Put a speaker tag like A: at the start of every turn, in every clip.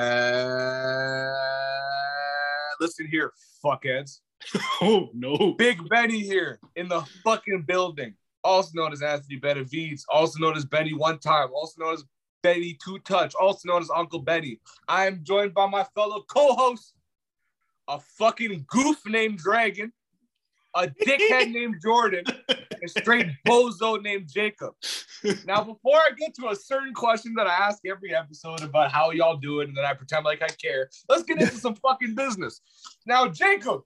A: Yeah. Listen here, fuckheads.
B: Oh no.
A: Big Benny here in the fucking building, also known as Anthony Benavides, also known as Benny One Time, also known as Benny Two Touch, also known as Uncle Benny. I am joined by my fellow co host, a fucking goof named Dragon, a dickhead named Jordan, and straight bozo named Jacob. Now, before I get to a certain question that I ask every episode about how y'all do it, and then I pretend like I care, let's get into some fucking business. Now, Jacob,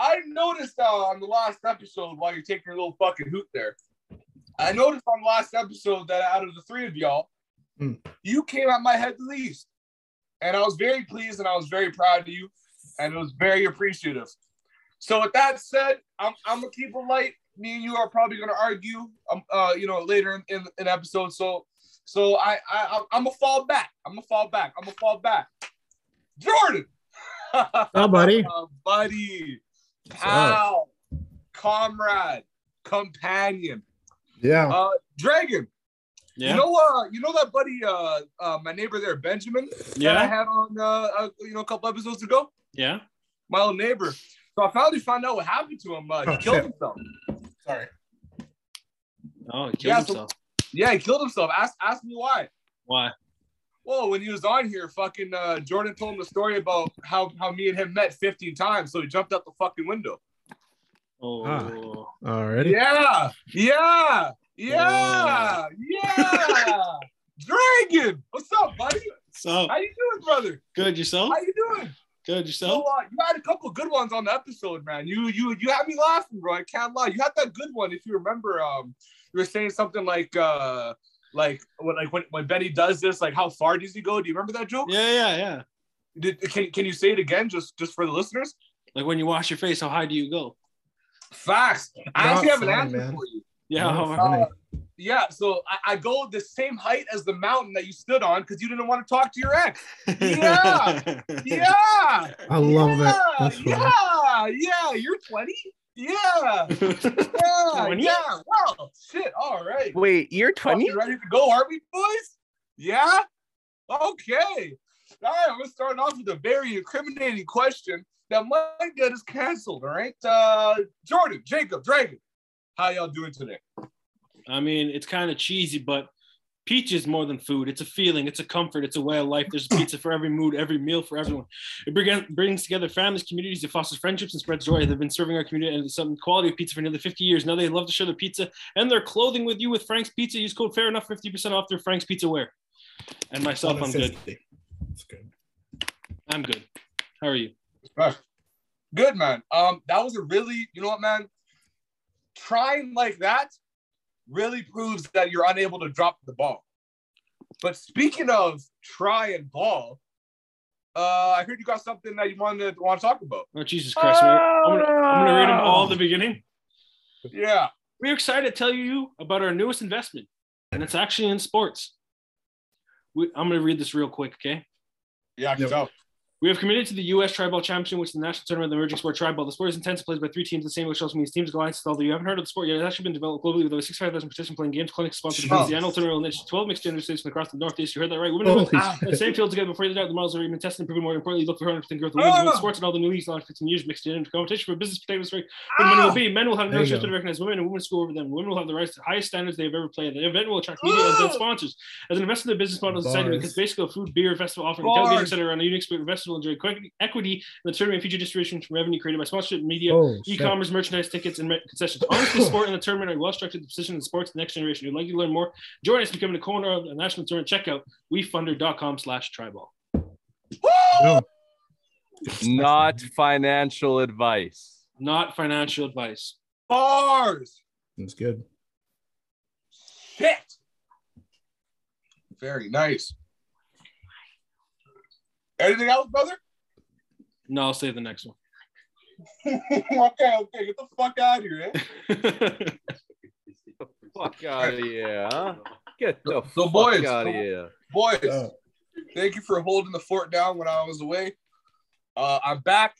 A: I noticed uh, on the last episode while you're taking your little fucking hoot there, I noticed on the last episode that out of the three of y'all,
B: Hmm.
A: you came at my head the least. And I was very pleased and I was very proud of you and it was very appreciative. So with that said, I'm, I'm gonna keep it light. Me and you are probably gonna argue, um, uh, you know, later in, in an episode. So, so I, I, I'm- I'm gonna fall back. I'm gonna fall back. I'm gonna fall back. Jordan,
C: Hi, buddy.
A: Uh, buddy,
C: What's up?
A: pal, comrade, companion,
C: Yeah.
A: uh, dragon.
B: Yeah.
A: You know, uh, you know that buddy, uh, uh, my neighbor there, Benjamin, that I
B: yeah.
A: had on, uh, uh, you know, a couple episodes ago
B: Yeah.
A: my old neighbor. So I finally found out what happened to him. Uh, he
C: Oh,
A: killed
C: shit.
A: himself. Sorry.
B: Oh, he killed
A: Yeah, so-
B: himself.
A: Yeah, he killed himself. Ask, ask me why.
B: Why?
A: Well, when he was on here, fucking uh, Jordan told him the story about how, how me and him met 15 times. So he jumped out the fucking window.
B: Oh.
C: Already.
A: Yeah. Yeah. Yeah. Yeah. Dragon. What's up, buddy?
B: So
A: How you doing, brother?
B: good yourself.
A: How you doing?
B: Good
A: So
B: yourself.
A: uh, you had a couple good ones on the episode, man. You you you had me laughing, bro. I can't lie. You had that good one. If you remember, um, you were saying something like uh like when like when, when Benny does this, like how far does he go? Do you remember that joke?
B: Yeah, yeah, yeah.
A: Did, can can you say it again just just for the listeners?
B: Like when you wash your face, how high do you go?
A: Facts. I actually have an
C: funny,
A: answer
C: man.
A: for you.
B: Yeah.
C: That's
B: how-
C: funny.
A: Yeah, so I, I go the same height as the mountain that you stood on because you didn't want to talk to your ex. Yeah. Yeah.
C: I love
A: yeah,
C: it. That's funny.
A: yeah, yeah. You're 20. Yeah. Yeah,
B: 20?
A: yeah. Well, shit. All right.
D: Wait, you're 20?
A: Fucking ready to go, are we, boys? Yeah. Okay. All right. I'm gonna start off with a very incriminating question that might get us canceled. All right. Uh, Jordan, Jacob, Dragon, how y'all doing today?
B: I mean, it's kind of cheesy, but pizza is more than food. It's a feeling. It's a comfort. It's a way of life. There's pizza for every mood, every meal for everyone. It bring, brings together families, communities. It fosters friendships and spreads joy. They've been serving our community and some quality of pizza for nearly 50 years. Now they love to share their pizza and their clothing with you with Frank's Pizza. Use code Fair Enough 50% off their Frank's Pizza wear. And myself, I'm good.
C: Consistency. It's good.
B: I'm good. How are you?
A: Good man. Um, that was a really, you know what, man. Trying like that really proves that you're unable to drop the ball. But speaking of try and ball, uh, I heard you got something that you wanted to want to talk about.
B: Oh, Jesus Christ, man. I'm going to I'm gonna read them all at the beginning.
A: Yeah.
B: We're excited to tell you about our newest investment, and it's actually in sports. We, I'm going to read this real quick, okay?
A: Yeah, I can
C: Yep.
A: tell.
B: We have committed to the U.S. Tribal Championship, which is the national tournament of the emerging sport tribal. The sport is intense, played by three teams, the same which also means teams alliances. Although you haven't heard of the sport yet, it's actually been developed globally with over 65,000 participants playing games, clinics sponsored by
A: Jeez.
B: the annual tournament nation, 12 mixed gender states from across the Northeast. You heard that right? Women
C: Holy
B: and
C: shit.
B: the same field together before the doubt. The models are even tested and proven. More importantly, look for 100% growth in
A: Ah!
B: women's women's sports and all the new leagues in the last 15 years, mixed in competition for business protectors. For where the men will be. Men will have no
C: There you
B: chance
C: go.
B: to recognize women and women score over them. Women will have the rights to the highest standards they have ever played. The event will attract media and then
A: Ah!
B: sponsors. As an investment, the business model is exciting
C: Bars.
B: because basically a food, beer, festival offering,
A: Bars.
B: tailgating center around a unique spirit. Investors will enjoy quick- equity in the tournament future distribution from revenue created by sponsorship, media,
C: Oh, shit.
B: e-commerce, merchandise, tickets, and re- concessions. Honestly, sport and the tournament are well structured to position the sports the next generation. If you'd like to learn more, join us becoming a corner of the national tournament. Check out wefunder.com slash tribal.
A: Woo!
C: No.
D: Not financial advice.
B: Not financial advice.
A: Bars.
C: It's good.
A: Shit. Very nice. Anything else, brother?
B: No, I'll say the next one.
A: okay, okay, get the fuck out of here. Eh?
D: Fuck out of here. Huh? Get the
A: So,
D: fuck
A: boys,
D: out
A: so-
D: of here.
A: boys,
C: Oh.
A: Thank you for holding the fort down when I was away. Uh, I'm back,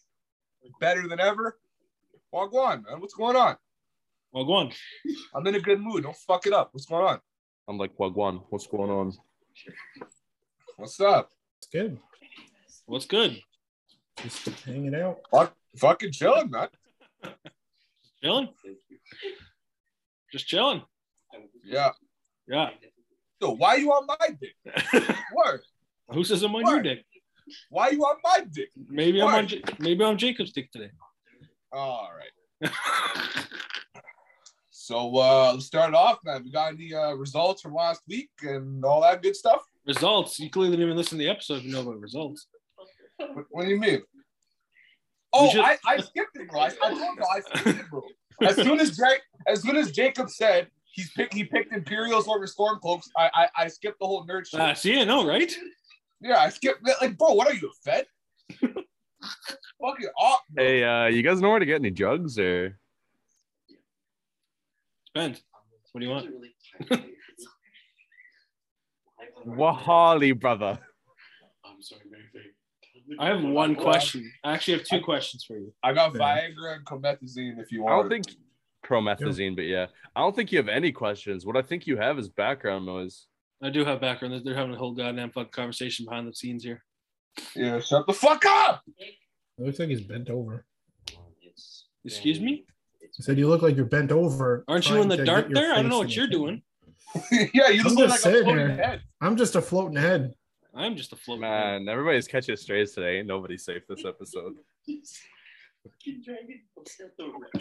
A: better than ever. Wagwan, man, what's going on?
B: Well, go on.
A: I'm in a good mood. Don't fuck it up. What's going on?
D: I'm like, Wagwan, what's going on?
A: What's up?
C: It's good.
B: What's good?
C: Just hanging out.
A: Fuck, fucking chilling, man.
B: Chilling? Just chilling.
A: Yeah.
B: Yeah.
A: Yo, why you on my dick? Word.
B: Who says I'm on your
A: Word.
B: dick?
A: Why you on my dick?
B: Maybe I'm
A: Word.
B: on. J- Maybe I'm Jacob's dick today.
A: All right. So uh, let's start off, man. We got any uh, results from last week and all that good stuff?
B: results. You clearly didn't even listen to the episode. if You know about results.
A: What, what do you mean? Oh,
B: should-
A: I, I skipped it, bro. I, I told you I skipped it, bro. As soon as Drake, as soon as Jacob said he's pick, he picked Imperials over Stormcloaks, I, I I skipped the whole nerd shit.
B: Uh, see, I know, right?
A: yeah, I skipped that. Like, bro, what are you a fed? Fucking off.
D: Hey, uh, you guys know where to get any jugs or?
B: Depends. What do you want?
D: Wahali, brother.
E: I'm sorry, Mary Faye.
B: I have one question. I actually have two questions for you.
A: I got
C: Okay.
A: Viagra and Comethazine if you
D: I
A: want.
D: don't think promethazine, but yeah, I don't think you have any questions. What I think you have is background noise.
B: I do have background. They're having a whole goddamn fucking conversation behind the scenes here.
A: Yeah, shut the fuck up.
C: It looks like he's bent over.
B: Excuse me?
C: I said you look like you're bent over.
B: Aren't you
C: trying
B: in the
C: to
B: dark
C: get your
B: there? I don't
C: face
B: know
C: in
B: what
C: the
B: you're
C: thing.
B: doing.
A: yeah, you
C: I'm
A: look like
C: just
A: a
C: sitting
A: floating
C: here.
A: head.
C: I'm just a floating head.
B: I'm just a float.
D: Man, everybody's catching strays today. Ain't nobody safe this episode.
C: I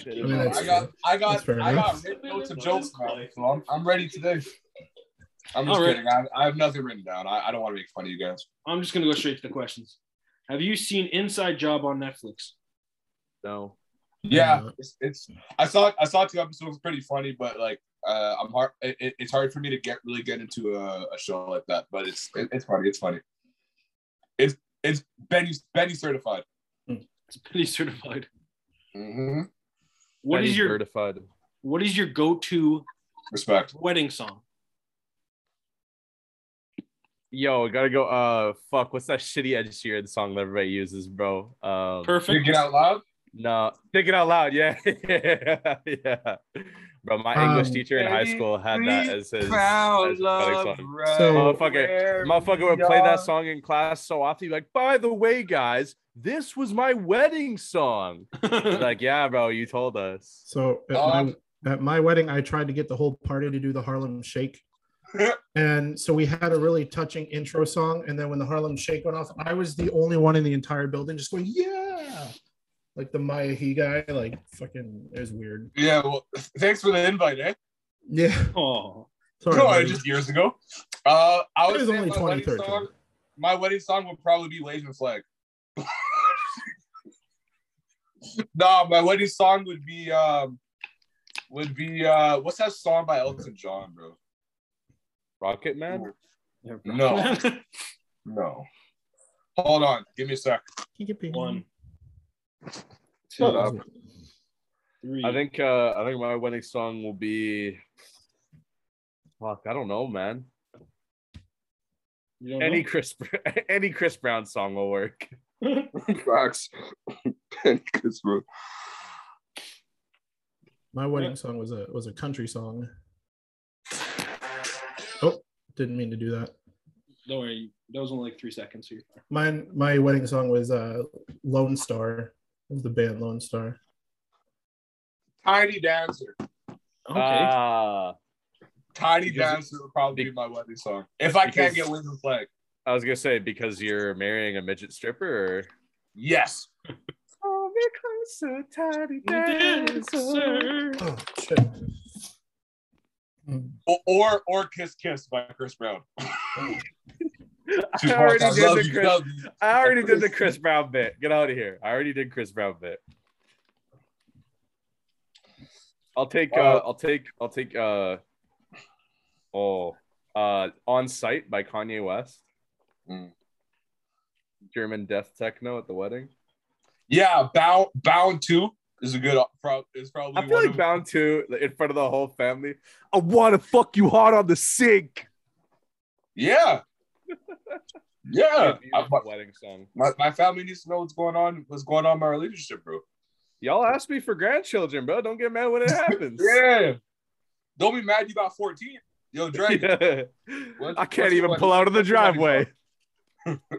C: mean, that's
A: I got, I
C: That's
A: got,
C: fair
A: I
C: enough.
A: got written notes of jokes, man. So I'm, I'm ready today. I'm just
B: All right.
A: kidding. I, I have nothing written down. I, I don't want to make fun of you guys.
B: I'm just gonna go straight to the questions. Have you seen Inside Job on Netflix?
D: No.
A: Yeah,
C: Yeah.
A: it's, it's. I saw, I saw two episodes. Pretty funny, but like, uh, I'm hard. It, it- it's hard for me to get really get into a, a show like that. But it's, it, it's funny. It's funny. It's, it's Benny, Benny certified.
B: It's pretty certified.
A: Mm-hmm.
B: What is your
D: certified?
B: What is your go-to
A: Respect.
B: wedding song?
D: Yo, I gotta go. Uh, fuck. What's that shitty Ed Sheeran song that everybody uses, bro? Um,
A: Did you
B: Perfect.
A: get out loud?
D: No, think it out loud. Yeah, yeah, yeah. Bro, my English
C: Um,
D: teacher in high school had that as his. as his wedding song.
C: So-
D: Motherfucker, motherfucker would play that song in class so often. He'd be like, by the way, guys, this was my wedding song. like, yeah, bro, you told us.
C: So at,
A: Um,
C: my, at my wedding, I tried to get the whole party to do the Harlem Shake. and so we had a really touching intro song. And then when the Harlem Shake went off, I was the only one in the entire building just going, yeah. Like the Maya He guy, like fucking, it was weird.
A: Yeah. Well, thanks for the invite, eh?
C: Yeah.
B: oh,
C: Sorry.
A: no,
C: buddy.
A: just years ago. Uh, I
C: It
A: would
C: was
A: say
C: only
A: my
C: 2013.
A: Wedding song, my wedding song would probably be "Blazing Flag." nah, my wedding song would be um, would be uh, what's that song by Elton John, bro?
D: Rocket Man?
A: No, no. Hold on, give me a sec.
C: Can you get
B: one,
A: Shut up.
B: three.
D: I think uh I think my wedding song will be fuck, I don't know, man.
B: You don't
D: Any
B: know?
D: Chris any Chris Brown song will work.
A: Facts. Thanks, bro.
C: My wedding song was a was a country song. Oh, didn't mean to do that.
B: Don't worry. That was only like three seconds here.
C: Mine my wedding song was uh Lone Star, of the band Lone Star.
A: Tiny Dancer.
B: Okay.
D: Ah,
A: Tiny
D: Because-
A: Dancer would probably be my wedding song. If I can't get Blazing Flag,
D: I was gonna say because you're marrying a midget stripper or
A: yes.
D: Oh, we're closer, tiny
C: Oh shit. Mm.
A: Or or, or Kiss Kiss by Chris Brown.
D: I already
A: I
D: did
A: love
D: the
A: you,
D: Chris.
A: love you.
D: I already did the Chris Brown bit. Get out of here. I already did Chris Brown bit. I'll take uh,
A: Uh,
D: I'll take I'll take uh oh uh on site by Kanye West.
A: Mm.
D: German death techno at the wedding.
A: Yeah, bound bound two is a good uh, pro- is probably
D: I feel
A: one
D: like
A: of-
D: bound to in front of the whole family. I wanna fuck you hard on the sink.
A: Yeah. Yeah. I-
D: Beautiful wedding song.
A: my, my family needs to know what's going on, what's going on in my relationship, bro.
D: Y'all ask me for grandchildren, bro. Don't get mad when it happens.
A: Yeah. Don't be mad you got 14. Yo, Drake,
D: Yeah.
A: What's-
D: I
A: what's
D: can't even
A: funny?
D: pull out of the
A: What's funny,
D: driveway.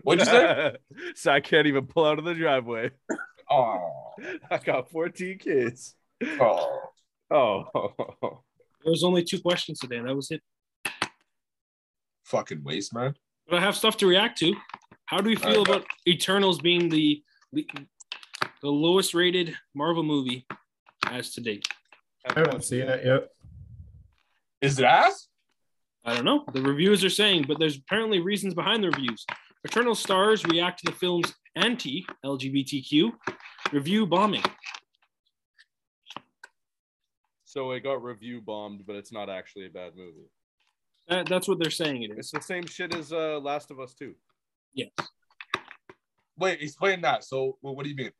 A: what'd you say?
D: so I can't even pull out of the driveway.
A: Oh,
D: I got 14 kids.
A: oh.
D: Oh.
B: There was only two questions today. That was it.
A: Fucking waste, man.
B: But I have stuff to react to. How do we feel
A: Alright.
B: about Eternals being the the the lowest rated Marvel movie as to date?
C: I haven't seen it yet.
A: Is it ass?
B: I don't know. The reviews are saying, but there's apparently reasons behind the reviews. Eternal stars react to the film's anti-LGBTQ review bombing.
D: So it got review bombed, but it's not actually a bad movie.
B: That, that's what they're saying it is.
D: It's the same shit as uh, Last of Us 2.
B: Yes.
A: Wait, explain that. So, wh- what do you mean?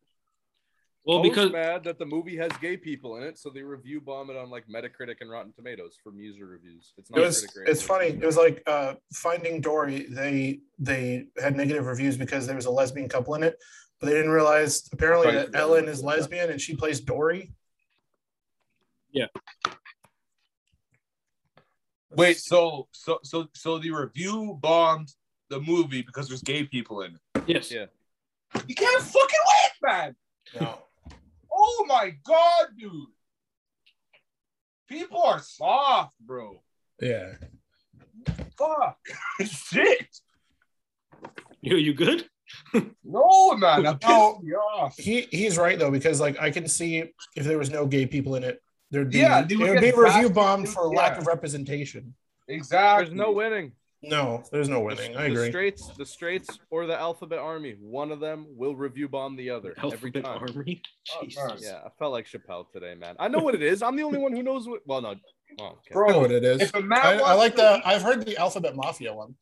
B: Well,
D: Poe's
B: because
D: mad that the movie has gay people in it, so they review bomb it on like Metacritic and Rotten Tomatoes from user reviews. It's
C: It was.
D: critic rating,
C: It's funny. It was like uh, Finding Dory. They they had negative reviews because there was a lesbian couple in it, but they didn't realize apparently
A: Right.
C: that Ellen is lesbian and she plays Dory.
B: Yeah.
A: Wait, so, so, so, so the review bombed the movie because there's gay people in it.
B: yes,
D: Yeah.
A: You can't fucking wait, man.
C: No.
A: Oh my god, dude. People are soft, bro.
C: Yeah.
A: Fuck. Shit.
B: you you good?
A: No, man. That
C: No.
A: pissed me off.
C: He he's right though because like I can see if there was no gay people in it, there'd be
A: Yeah,
C: yeah,
A: they
C: it
A: would
C: would be
A: get
C: review
A: blasted.
C: bombed for lack
A: Yeah.
C: of representation.
A: Exactly.
D: There's no winning.
C: No, there's no
D: The-
C: winning. I
D: the
C: agree.
D: straights, the straights, or the Alphabet Army. One of them will review bomb the other every
B: Alphabet
D: time.
B: Army.
A: Oh,
B: Jesus.
A: man.
D: Yeah, I felt like Chappelle today, man. I know what it is. I'm the only one who knows what. Well, no. Oh, okay.
C: I know what it is.
A: If a man
C: I, I
A: wants
C: like
A: to-
C: the. I've heard the alphabet mafia one.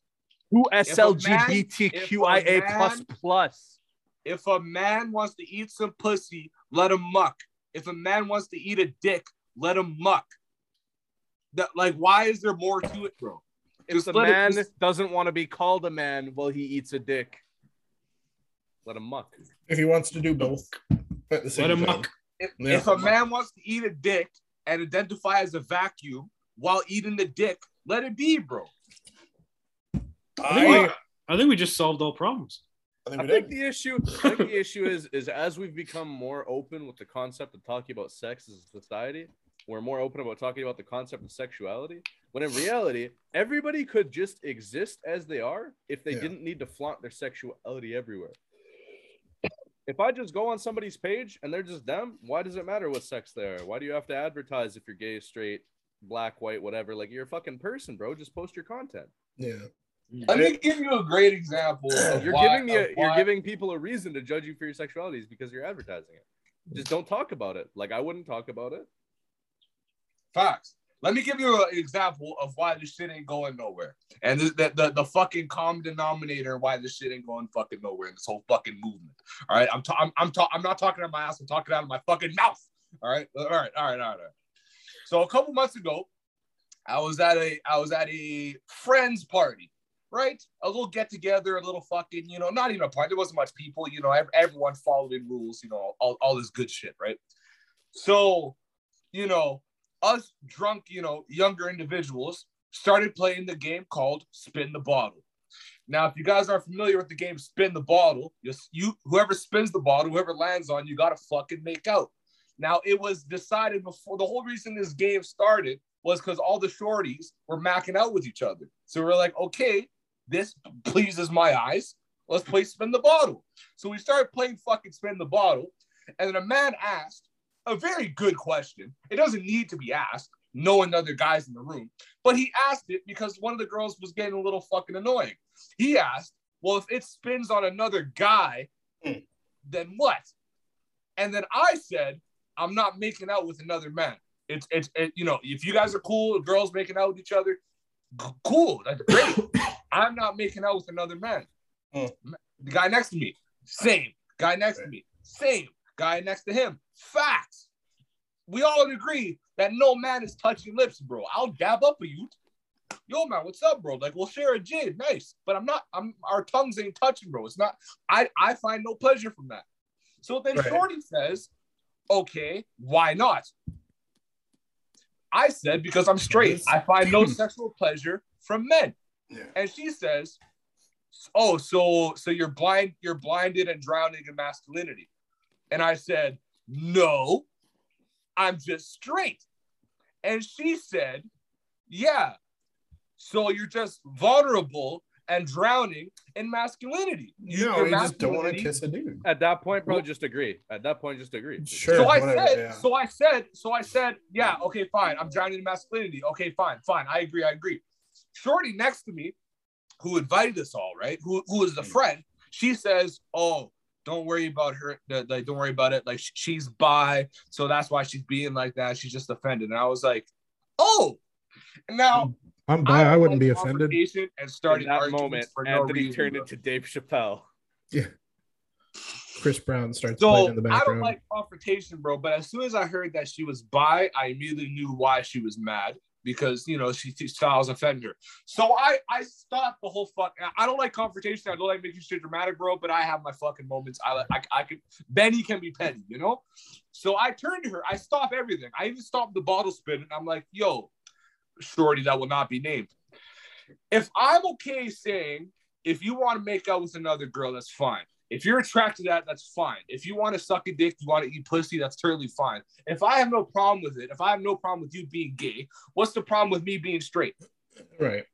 D: Who
A: SLGBTQIA++.
D: plus plus?
A: If a man wants to eat some pussy, let him muck. If a man wants to eat a dick, let him muck. That like, why is there more to it, bro?
D: If
A: Just
D: the
A: let it-
D: man
A: just-
D: doesn't want to be called a man, well, he eats a dick. Let him muck.
C: If he wants to do both, at the same
B: Let him
C: time.
B: muck.
A: If,
C: Yeah.
A: if a man wants to eat a dick and identify as a vacuum while eating the dick, let it be, bro.
B: I think, we, I think we just solved all problems.
C: I think
D: I
C: we
D: think
C: did.
D: the issue, I think the issue is, is as we've become more open with the concept of talking about sex as a society, we're more open about talking about the concept of sexuality. When in reality, everybody could just exist as they are if they
C: Yeah.
D: didn't need to flaunt their sexuality everywhere. If I just go on somebody's page and they're just them, why does it matter what sex they are? Why do you have to advertise if you're gay, straight, black, white, whatever? Like you're a fucking person, bro. Just post your content.
C: Yeah.
A: Let me give you a great example. Of
D: You're
A: why-
D: giving me a,
A: of
D: you're
A: why-
D: giving people a reason to judge you for your sexualities because you're advertising it. Just don't talk about it. Like I wouldn't talk about it.
A: Facts. Let me give you an example of why this shit ain't going nowhere. And this, the, the, the fucking common denominator and why this shit ain't going fucking nowhere in this whole fucking movement. All right. I'm, ta- I'm, I'm, ta- I'm not talking out of my ass. I'm talking out of my fucking mouth. All right. All right. All right. All right. All right. So a couple months ago, I was at a I was at a friend's party, right? A little get together, a little fucking, you know, not even a party. There wasn't much people, you know. ev- Everyone following rules, you know, all, all this good shit, right? So, you know, us drunk, you know, younger individuals started playing the game called Spin the Bottle. Now, if you guys aren't familiar with the game Spin the Bottle, you, you whoever spins the bottle, whoever lands on, you gotta fucking make out. Now, it was decided before the whole reason this game started was because all the shorties were macking out with each other. So we're like, okay, this pleases my eyes. Let's play Spin the Bottle. So we started playing fucking Spin the Bottle, and then a man asked a very good question. It doesn't need to be asked, knowing the other guys in the room, but he asked it because one of the girls was getting a little fucking annoying. He asked, Well, if it spins on another guy,
C: Hmm.
A: then what? And then I said, I'm not making out with another man. It's, it's, it, you know, if you guys are cool, girls making out with each other, g- cool, that's great. I'm not making out with another man.
C: Hmm.
A: The guy next to me, same. Guy next to me, same. Guy next to him, facts we all agree that no man is touching lips, bro. I'll dab up for you. yo man, what's up, bro? Like we'll share a jig, nice. But I'm not. I'm our tongues ain't touching, bro. It's not. I I find no pleasure from that. So then
C: Right.
A: Shorty says, okay, why not? I said because I'm straight. I find no sexual pleasure from men.
E: Yeah.
A: And she says, oh, so so you're blind, you're blinded and drowning in masculinity. And I said, no, I'm just straight. And she said, yeah, so you're just vulnerable and drowning in masculinity. You-
E: No,
A: your
E: you just don't want to
A: masculinity-
E: kiss a dude.
D: At that point, bro, just agree. At that point, just agree.
E: Sure.
A: so I
E: whatever,
A: said,
E: yeah.
A: so I said, so I said, yeah, okay, fine. I'm drowning in masculinity. Okay, fine, fine. I agree, I agree. Shorty next to me, who invited us all, right? Who who is the
C: Hmm.
A: friend? She says, oh, don't worry about her. that- Like, don't worry about it. Like, sh- she's bi, so that's why she's being like that. She's just offended. And I was like, oh. Now
C: I'm bi. I
A: was
C: wouldn't
A: like
C: be offended.
A: confrontation And
D: In
A: started
D: that moment,
A: for no
D: Anthony
A: reason,
D: turned
A: bro.
D: into Dave Chappelle.
C: Chris Brown starts playing
A: So
C: in the
A: I don't
C: background.
A: like confrontation, bro. But as soon as I heard that she was bi, I immediately knew why she was mad because you know she, she thought I was offending her. So I I stopped the whole fuck. I- I don't like confrontation. I don't like making shit dramatic, bro. But I have my fucking moments. I like I, I can Benny can be petty, you know. So I turned to her. I stopped everything. I even stopped the bottle spin, and I'm like, yo, shorty, that will not be named. If I'm okay saying if you want to make out with another girl, that's fine. If you're attracted to that, that's fine. If you want to suck a dick, you want to eat pussy, that's totally fine. If I have no problem with it, if I have no problem with you being gay, what's the problem with me being straight?
C: Right.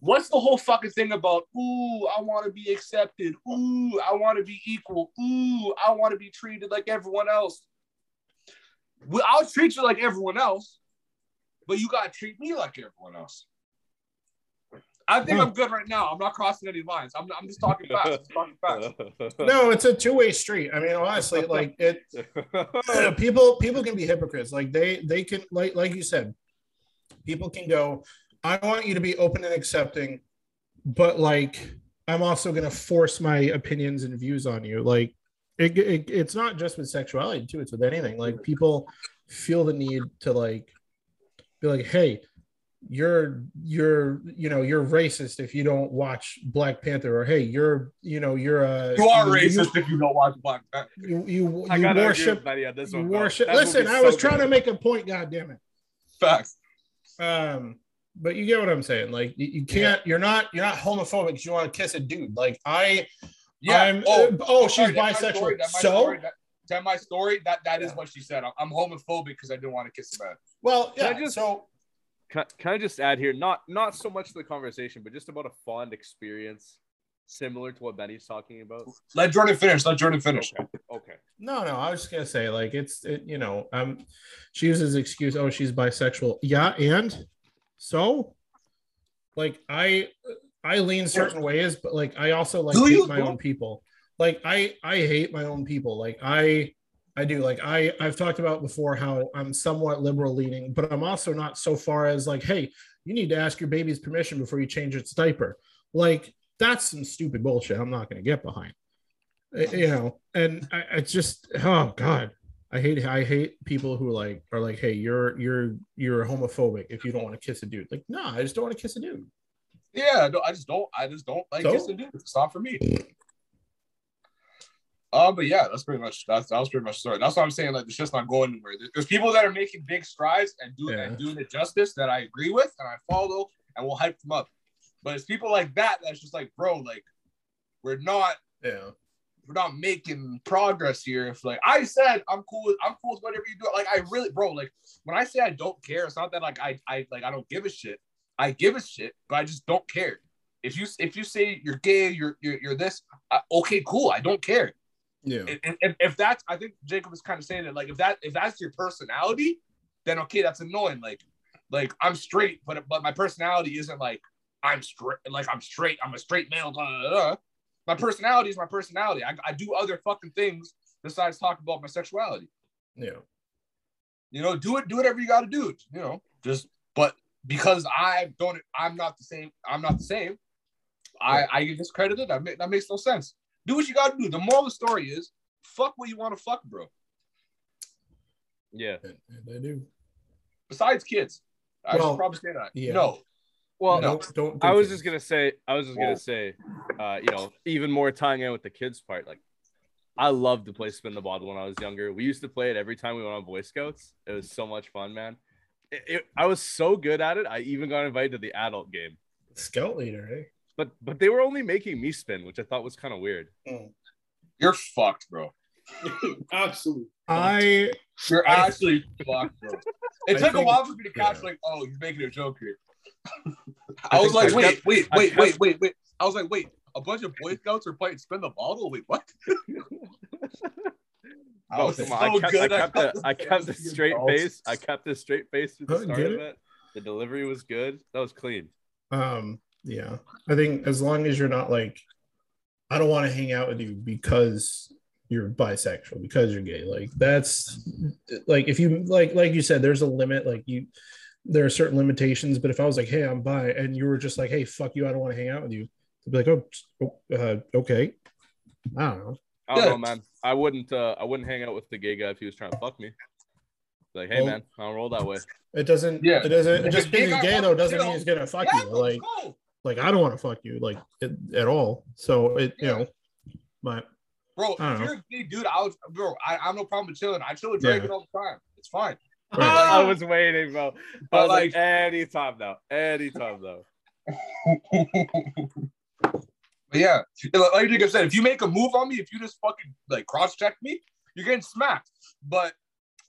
A: What's the whole fucking thing about, ooh, I want to be accepted. Ooh, I want to be equal. Ooh, I want to be treated like everyone else. Well, I'll treat you like everyone else, but you got to treat me like everyone else. I think I'm good right now. I'm not crossing any lines. I'm, I'm just talking fast. I'm just talking fast.
C: No, it's a two-way street. I mean, honestly, like it people people can be hypocrites. Like they they can like like you said, people can go, I want you to be open and accepting, but like I'm also gonna force my opinions and views on you. Like it, it it's not just with sexuality too, it's with anything. Like people feel the need to like be like, hey, you're you're you know you're racist if you don't watch Black Panther or hey you're you know you're a
A: You are
C: you-
A: racist if you don't watch Black Panther.
C: you you,
D: I
C: you
D: gotta worship.
C: worship
D: Agree with Maddie on this
C: you
D: one, bro.
C: worship.
D: That movie's
C: Listen, I
D: so
C: was trying
D: good.
C: to make a point. God damn it.
A: Facts.
C: Um, but you get what I'm saying. Like you, you can't. You're not. You're not homophobic. 'cause You want to kiss a dude. Like I.
A: Yeah.
C: I'm,
A: oh,
C: oh, oh, she's
A: sorry, that's my story,
C: bisexual.
A: that's my
C: So
A: story, that, that my story. That that is what she said. I'm, I'm homophobic because I didn't want to kiss a man.
C: well,
D: Can I
C: yeah.
D: just-
C: so
D: Can, can I just add here? Not not so much to the conversation, but just about a fond experience similar to what Benny's talking about.
A: Let Jordan finish. Let Jordan finish.
D: Okay. Okay.
C: no, no. I was just gonna say like it's it, you know um, she uses the excuse. Oh, she's bisexual. Yeah, and so like I I lean certain ways, but like I also like
A: Do
C: hate
A: you?
C: my own people. Like I I hate my own people. Like I I do. Like I I've talked about before how I'm somewhat liberal leaning, but I'm also not so far as like, hey, you need to ask your baby's permission before you change its diaper. Like that's some stupid bullshit. I'm not gonna get behind. Uh, You know, and I, I just oh god. I hate I hate people who like are like, hey, you're you're you're homophobic if you don't want to kiss a dude. Like, no, I just don't want to kiss a dude.
A: Yeah. No, I just don't. I just don't like
C: So?
A: kissing dudes. It's not for me. Uh, but yeah, that's pretty much that's that was pretty much the story. That's what I'm saying. Like, it's just not going anywhere. There- There's people that are making big strides and doing
C: Yeah.
A: and doing it justice that I agree with and I follow and will hype them up. But it's people like that that's just like, bro, like we're not
C: Yeah.
A: we're not making progress here. If like I said, I'm cool with I'm cool with whatever you do. Like I really, bro. Like when I say I don't care, it's not that like I I like I don't give a shit. I give a shit, but I just don't care. If you if you say you're gay, you're you're, you're this, I, okay, cool. I don't care.
C: Yeah.
A: If, if, if that's, I think Jacob is kind of saying that. Like if that if that's your personality, then okay, that's annoying. Like like I'm straight, but but my personality isn't like I'm straight. Like I'm straight. I'm a straight male. Blah, blah, blah. My personality is my personality. I, I do other fucking things besides talk about my sexuality.
C: Yeah.
A: You know, do it. Do whatever you got to do. You know, just but because I don't, I'm not the same. I'm not the same. I I get discredited. That, ma- that makes no sense. Do what you got to do. The moral of the story is fuck what you want to fuck, bro.
D: Yeah.
C: They do.
A: Besides kids, I
C: Well,
A: should probably say that.
C: yeah.
A: No,
D: Well,
A: No.
C: don't, don't
D: I
C: do
D: was
C: things.
D: just gonna say, I was just gonna say, uh, you know, even more tying in with the kids part. Like, I loved to play spin the bottle when I was younger. We used to play it every time we went on Boy Scouts. It was so much fun, man. It, it- I was so good at it. I even got invited to the adult game,
C: scout leader, eh?
D: but but they were only making me spin, which I thought was kind of weird.
A: You're fucked, bro.
E: Absolutely.
C: I
A: You're
C: I-
A: actually fucked, bro. It
C: I
A: took a
C: think-
A: while for me to catch,
C: yeah.
A: like, oh, he's making a joke here.
C: I
A: I was
C: think
A: like,
D: I
A: wait,
D: kept-
A: wait,
D: I
A: wait,
D: kept-
A: wait, wait, wait. I was like, wait, a bunch of Boy Scouts are playing spin the bottle? Wait, what? I
D: Oh,
A: was
D: come
A: so
D: on. I kept,
A: good.
D: I kept,
A: thought
D: the, I
A: this
D: kept the
A: was the
D: straight
A: adults.
D: face. I kept the straight face through
C: Oh,
D: the start
C: did
D: of
C: it?
D: it. The delivery was good. That was clean.
C: um yeah. I think as long as you're not like I don't want to hang out with you because you're bisexual, because you're gay. Like that's like if you like like you said, there's a limit, like you there are certain limitations, but if I was like, hey, I'm bi, and you were just like, hey, fuck you, I don't want to hang out with you, I'd be like, oh, uh, okay. I don't know.
D: I don't know,
A: Yeah.
D: man. I wouldn't. Uh, I wouldn't hang out with the gay guy if he was trying to fuck me. Like, hey,
C: Well-
D: man, I don't roll that way.
C: It doesn't.
A: Yeah.
C: It doesn't.
A: If
C: Just
A: a
C: being
A: gay guy
C: gay
A: wants
C: though
A: to
C: doesn't
A: kill-
C: mean he's gonna fuck
A: Yeah,
C: you.
A: no,
C: Like,
A: no.
C: like I don't want to fuck you. Like at, at all. So it, you
A: Yeah.
C: know, but
A: Bro,
C: I
A: if
C: don't
A: you're a gay dude, I'll bro, I, I have no problem with chilling. I chill with Draven
C: Yeah.
A: all the time. It's fine.
C: right.
D: I was waiting, bro. I
A: But,
D: was
A: like-
D: like, anytime now, anytime though.
A: But yeah, like like Jacob said, if you make a move on me, if you just fucking like cross check me, you're getting smacked. But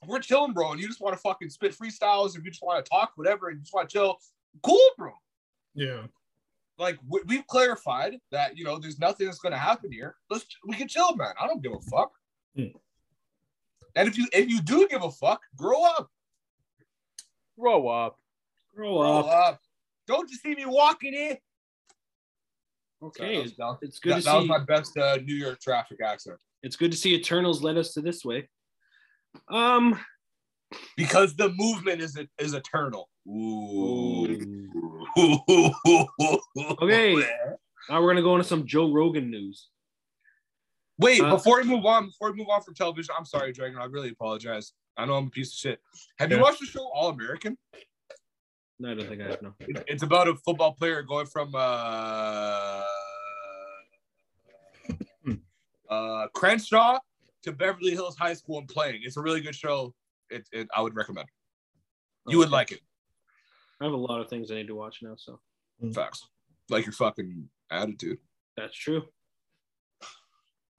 A: we're chilling, bro, and you just want to fucking spit freestyles, if you just want to talk, whatever, and you just want to chill, cool, bro.
C: yeah,
A: Like we, we've clarified that you know there's nothing that's gonna happen here. Let's we can chill, man. I don't give a fuck.
C: Hmm.
A: And if you if you do give a fuck, grow up,
D: Grow up.
B: Grow
A: grow
B: up.
A: up. Don't you see me walking in? Sorry,
B: Okay,
A: that was- that was-
B: it's good to
A: that, that was
B: see.
A: my best uh, New York traffic accent
B: It's good to see Eternals led us to this way. Um,
A: because the movement is is eternal. Ooh.
B: Okay. now we're gonna go into some Joe Rogan news.
A: Wait,
B: Uh,
A: before we move on, before we move on from television, I'm sorry, Dragon. I really apologize. I know I'm a piece of shit. Have
C: Yeah.
A: you watched the show All American?
B: No, I don't think I have no.
A: It- It's about a football player going from uh, uh, Crenshaw to Beverly Hills High School and playing. It's a really good show. It, it I would recommend. it. You would like it.
B: I have a lot of things I need to watch now, so
A: Facts. Like your fucking attitude.
B: that's true.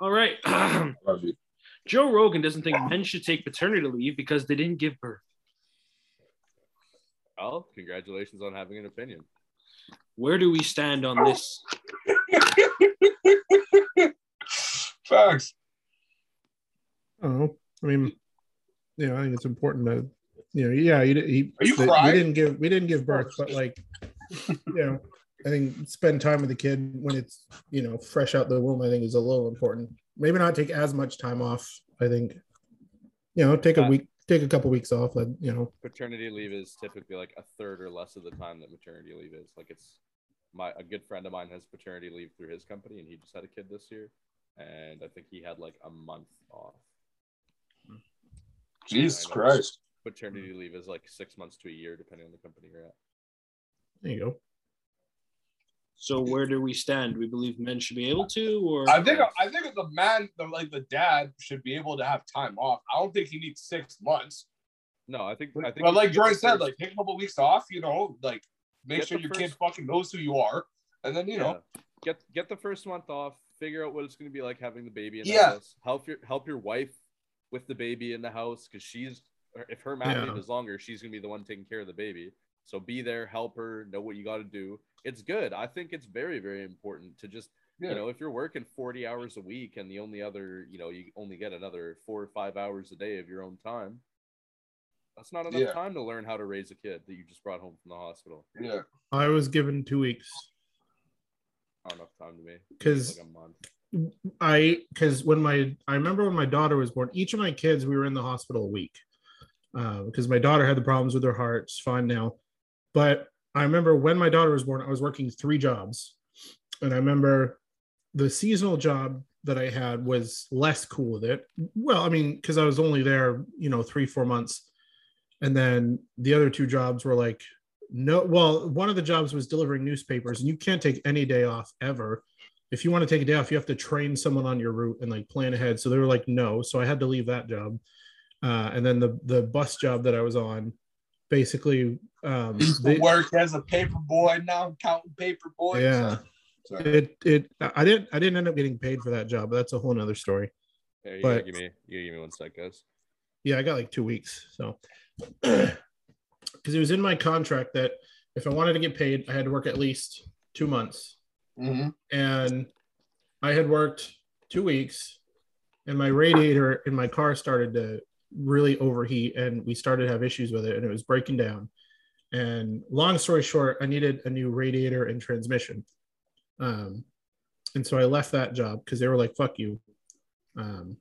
B: All right.
A: Love you.
B: Joe Rogan doesn't think men should take paternity leave because they didn't give birth.
D: Well, congratulations on having an opinion.
B: Where do we stand on this?
A: Facts.
C: I don't know. I mean, you know, I think it's important that you know, yeah, you, did- he,
A: Are you
C: that we
A: crying?
C: didn't give we didn't give birth, but like, you know, I think spend time with the kid when it's you know fresh out the womb. I think is a little important. Maybe not take as much time off. I think, you know, take a
D: Uh,
C: week, take a couple weeks off. And you know,
D: Paternity leave is typically like a third or less of the time that maternity leave is. Like, it's my a good friend of mine has paternity leave through his company, and he just had a kid this year, and I think he had like a month off.
A: Jesus
D: I know.
A: Christ.
D: Paternity leave is like six months to a year, depending on the company you're at.
C: there you go.
B: So where do we stand? Do we believe men should be able to, or
A: I think I think the man, the, like the dad, should be able to have time off. I don't think he needs six months.
D: No, I think I
A: But,
D: think.
A: but
D: you
A: like
D: should get
A: Jordan
D: the
A: said,
D: first-
A: like take a couple weeks off. You know, like make
D: Get
A: sure
D: the
A: your kid
D: first-
A: fucking knows who you are, and then you know,
D: Yeah. get get the first month off. Figure out what it's going to be like having the baby in the
A: Yeah.
D: house. Help your help your wife with the baby in the house because she's or if her mat
C: Yeah.
D: leave is longer, she's going to be the one taking care of the baby. So be there, help her, know what you got to do. It's good. I think it's very very important to just
A: yeah.
D: you know if you're working 40 hours a week and the only other you know you only get another four or five hours a day of your own time. That's not enough
A: Yeah.
D: time to learn how to raise a kid that you just brought home from the hospital.
A: yeah.
C: I was given two weeks
D: Not enough time to me.
C: because
D: It's Like a month.
C: I because when my I remember when my daughter was born, each of my kids we were in the hospital a week uh, because my daughter had the problems with her heart. It's fine now, but I remember when my daughter was born, I was working three jobs, and I remember the seasonal job that I had was less cool with it. Well, I mean, because I was only there, you know, three four months, and then the other two jobs were like No, well, one of the jobs was delivering newspapers, and you can't take any day off ever. If you want to take a day off, you have to train someone on your route and like plan ahead. So they were like, no. So I had to leave that job. Uh, and then the the bus job that I was on, basically, um, they-
A: Work as a paper boy. Now I'm counting paper boys.
C: yeah,
A: Sorry.
C: it it I didn't I didn't end up getting paid for that job. but That's a whole nother story.
D: Here, you
C: But-
D: gotta give me, you gotta give me one sec, guys.
C: Yeah, I got like two weeks. So, because it was in my contract that if I wanted to get paid, I had to work at least two months.
A: Mhm.
C: and I had worked two weeks, and my radiator in my car started to really overheat, and we started to have issues with it, and it was breaking down. And long story short, I needed a new radiator and transmission, um, and so I left that job because they were like, "Fuck you." Um,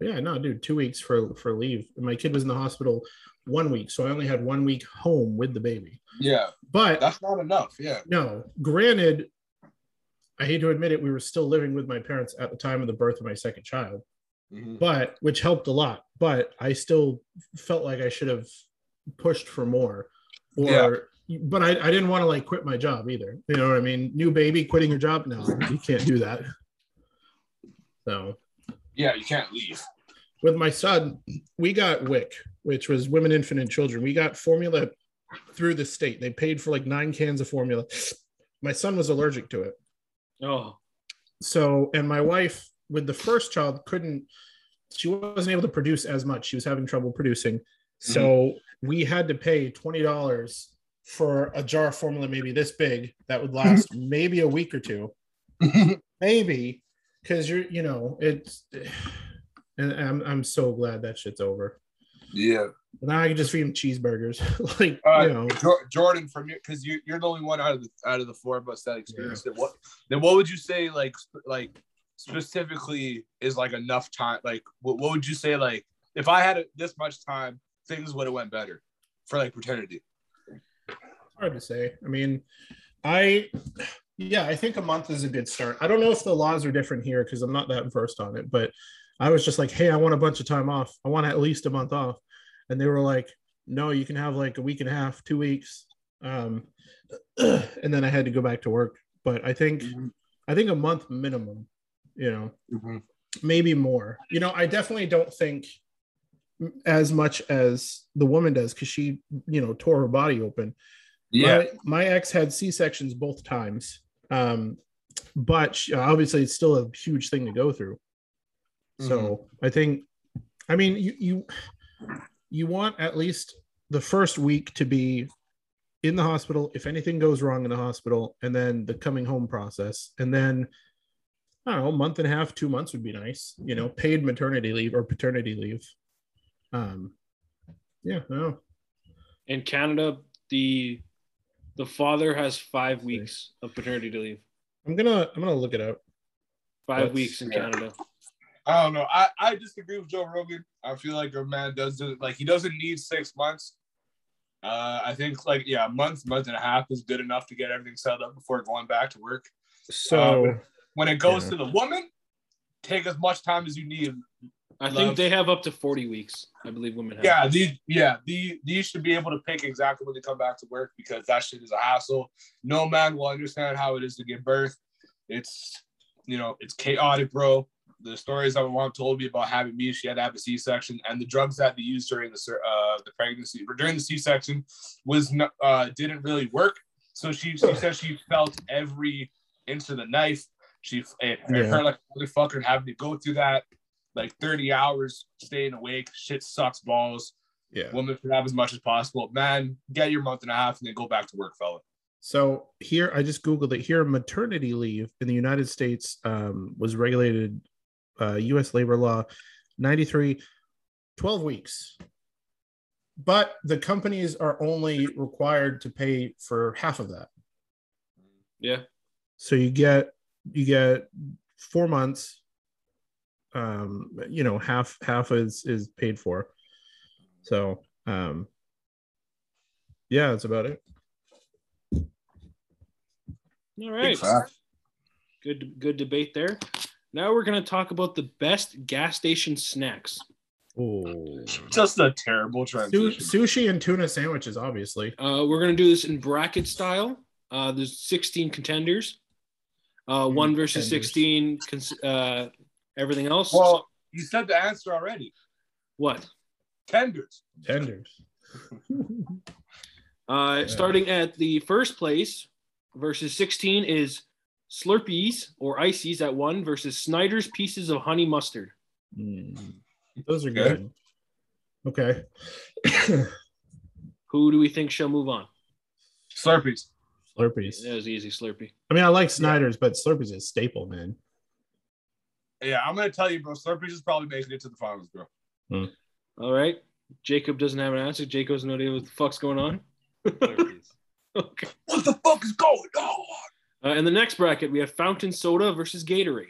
C: but yeah, no, dude, two weeks for for leave. And my kid was in the hospital one week, so I only had one week home with the baby.
A: Yeah.
C: But
A: That's not enough. Yeah.
C: no, granted, I hate to admit it, we were still living with my parents at the time of the birth of my second child,
A: Mhm.
C: but which helped a lot. But I still felt like I should have pushed for more, or but I, I didn't want to like quit my job either. You know what I mean? New baby, quitting your job? No, you can't do that. So
A: Yeah. You can't leave.
C: with my son, we got WIC, which was Women, Infant, and Children. We got formula through the state. They paid for like nine cans of formula. My son was allergic to it.
B: Oh,
C: So, and my wife with the first child couldn't, she wasn't able to produce as much. She was having trouble producing. So we had to pay $20 for a jar of formula, maybe this big, that would last maybe a week or two. maybe, because you're, you know, it's, and I'm, I'm so glad that shit's over.
A: Yeah.
C: Now I can just feed him cheeseburgers. like,
A: All right.
C: you know,
A: Jor- Jordan, from your because you, you're the only one out of the out of the four of us that experienced it. What then? What would you say like sp- like specifically is like enough time? Like what, what would you say like if I had this much time, things would have went better for like paternity.
C: hard to say. I mean, I yeah, I think a month is a good start. I don't know if the laws are different here because I'm not that versed on it, but I was just like, hey, I want a bunch of time off. I want at least a month off, and they were like, no, you can have like a week and a half, two weeks, um, and then I had to go back to work. But I think I think a month minimum, you know maybe more. You know, I definitely don't think as much as the woman does because she, you know, tore her body open.
A: Yeah.
C: My, my ex had C sections both times, um, but she, obviously it's still a huge thing to go through. So I think, I mean, you you you want at least the first week to be in the hospital if anything goes wrong in the hospital, and then the coming home process, and then I don't know, a month and a half, two months would be nice. You know, paid maternity leave or paternity leave. Um, yeah, I don't know.
B: in Canada, the the father has five weeks of paternity leave.
C: I'm gonna I'm gonna look it up.
B: Five
C: That's-
B: weeks in
A: yeah.
B: Canada.
A: I don't know. I, I disagree with Joe Rogan. I feel like a man does it like he doesn't need six months. Uh, I think like yeah, a month, month and a half is good enough to get everything set up before going back to work.
C: So
A: When it goes
C: Yeah.
A: to the woman, take as much time as you need.
B: I
A: Love.
B: think they have up to forty weeks. I believe women have.
A: Yeah, these yeah, the these should be able to pick exactly when they come back to work because that shit is a hassle. No man will understand how it is to give birth. It's you know, it's chaotic, bro. The stories that my mom told me about having me, she had to have a C-section, and the drugs that they used during the sur- uh, the pregnancy or during the C-section was no, uh, didn't really work. So she, she said she felt every inch of the knife. She it, it
C: Yeah.
A: hurt like a motherfucker having to go through that like 30 hours staying awake. Shit sucks balls.
C: yeah.
A: Woman should have as much as possible. Man, get your month and a half and then go back to work, fella.
C: So here, I just googled it. Here, maternity leave in the United States um, was regulated uh, U.S. labor law 93, 12 weeks. But the companies are only required to pay for half of that.
B: Yeah.
C: So you get you get four months. Um, you know, half half is is paid for. So um, yeah, that's about it.
B: All right. Good good debate there. Now we're gonna talk about the best gas station snacks.
F: Oh,
A: Just a terrible
C: Su-
A: transition.
C: sushi and tuna sandwiches, obviously.
B: Uh, we're gonna do this in bracket style. Uh, there's 16 contenders. Uh, one versus
C: Contenders.
B: 16. Cons- uh, everything else.
A: Well, you said the answer already.
B: what?
A: Tenders.
C: Tenders.
B: Uh,
C: Yeah.
B: Starting at the first place versus 16 is Slurpees or Ices at one versus Snyder's Pieces of Honey Mustard.
A: Hmm.
C: Mm. Those are good. Okay.
B: Who do we think shall move on?
A: Slurpees.
C: Slurpees.
B: That was easy, Slurpee.
C: I mean, I like Snyder's, but Slurpees is a staple, man.
A: Yeah, I'm gonna tell you, bro. Slurpees is probably making it to the finals, bro.
B: All right. Jacob doesn't have an answer. Jacob has no idea what the fuck's going on.
D: Slurpees.
B: Okay.
A: What the fuck is going on?
B: Uh, in the next bracket, we have Fountain Soda versus Gatorade.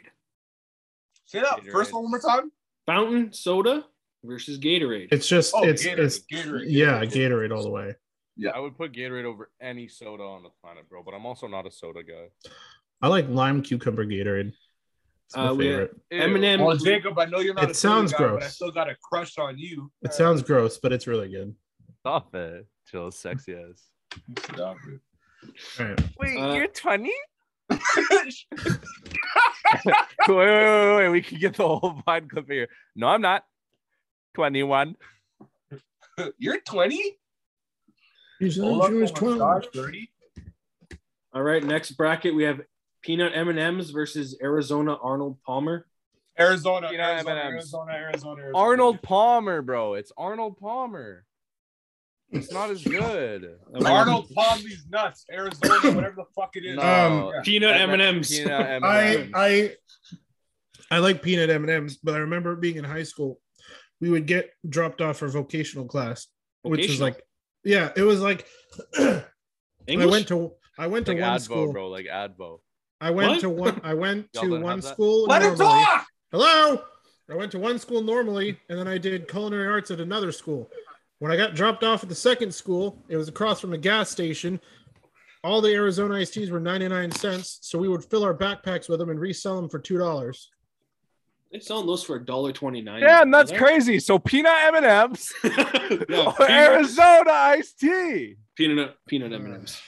A: Say that
D: Gatorade.
A: first one one more time.
B: Fountain Soda versus Gatorade.
C: It's just,
A: Oh,
C: it's,
A: Gatorade,
C: it's,
A: Gatorade,
C: yeah,
A: Gatorade.
C: Gatorade all the way.
D: I would put Gatorade over any soda on the planet, bro. But I'm also not a soda guy.
C: I like lime cucumber Gatorade. It's my
B: Uh, we-
C: favorite.
B: Eminem.
A: Well, Jacob, I know you're not.
C: It
A: a soda
C: sounds
A: guy, But I
C: gross.
A: still got a crush on you.
D: uh,
C: It sounds gross, but it's really good.
D: Stop it. Chill, sexy ass.
A: Stop it.
C: All right.
D: Wait,
B: Uh,
D: you're 20? wait, wait, wait, wait, We can get the whole vine clip here. No, I'm not. 21.
A: You're 20?
C: He's
B: All right. Next bracket, we have Peanut M&Ms versus Arizona Arnold Palmer.
A: Arizona,
D: You know,
A: Arizona,
D: M&Ms.
A: Arizona, Arizona, Arizona.
D: Arnold Palmer, bro. It's Arnold Palmer. It's not as good.
A: Arnold Palmy's nuts. Arizona, whatever the fuck it is.
D: No.
C: Um,
B: Peanut M&Ms.
D: Peanut
C: I
D: M&Ms.
C: I I like peanut M and M's, but I remember being in high school, we would get dropped off for vocational class, which is
B: Vocational?
C: like, yeah, it was like, I
B: English?
C: went to I went to
D: like
C: one
D: Advo,
C: school.
D: bro. Like Advo.
C: I went
B: What?
C: to one. I went
D: Y'all
C: to
D: don't
C: one
D: have that?
C: school.
A: Let him
C: normally.
A: talk.
C: Hello. I went to one school normally, and then I did culinary arts at another school. When I got dropped off at the second school, it was across from a gas station. All the Arizona iced teas were 99 cents, so we would fill our backpacks with them and resell them for $2.
B: They selling those for a dollar twenty nine.
D: Damn, that's crazy. So peanut M&Ms
B: yeah,
D: or
B: peanut,
D: Arizona iced tea.
B: peanut peanut M and M's.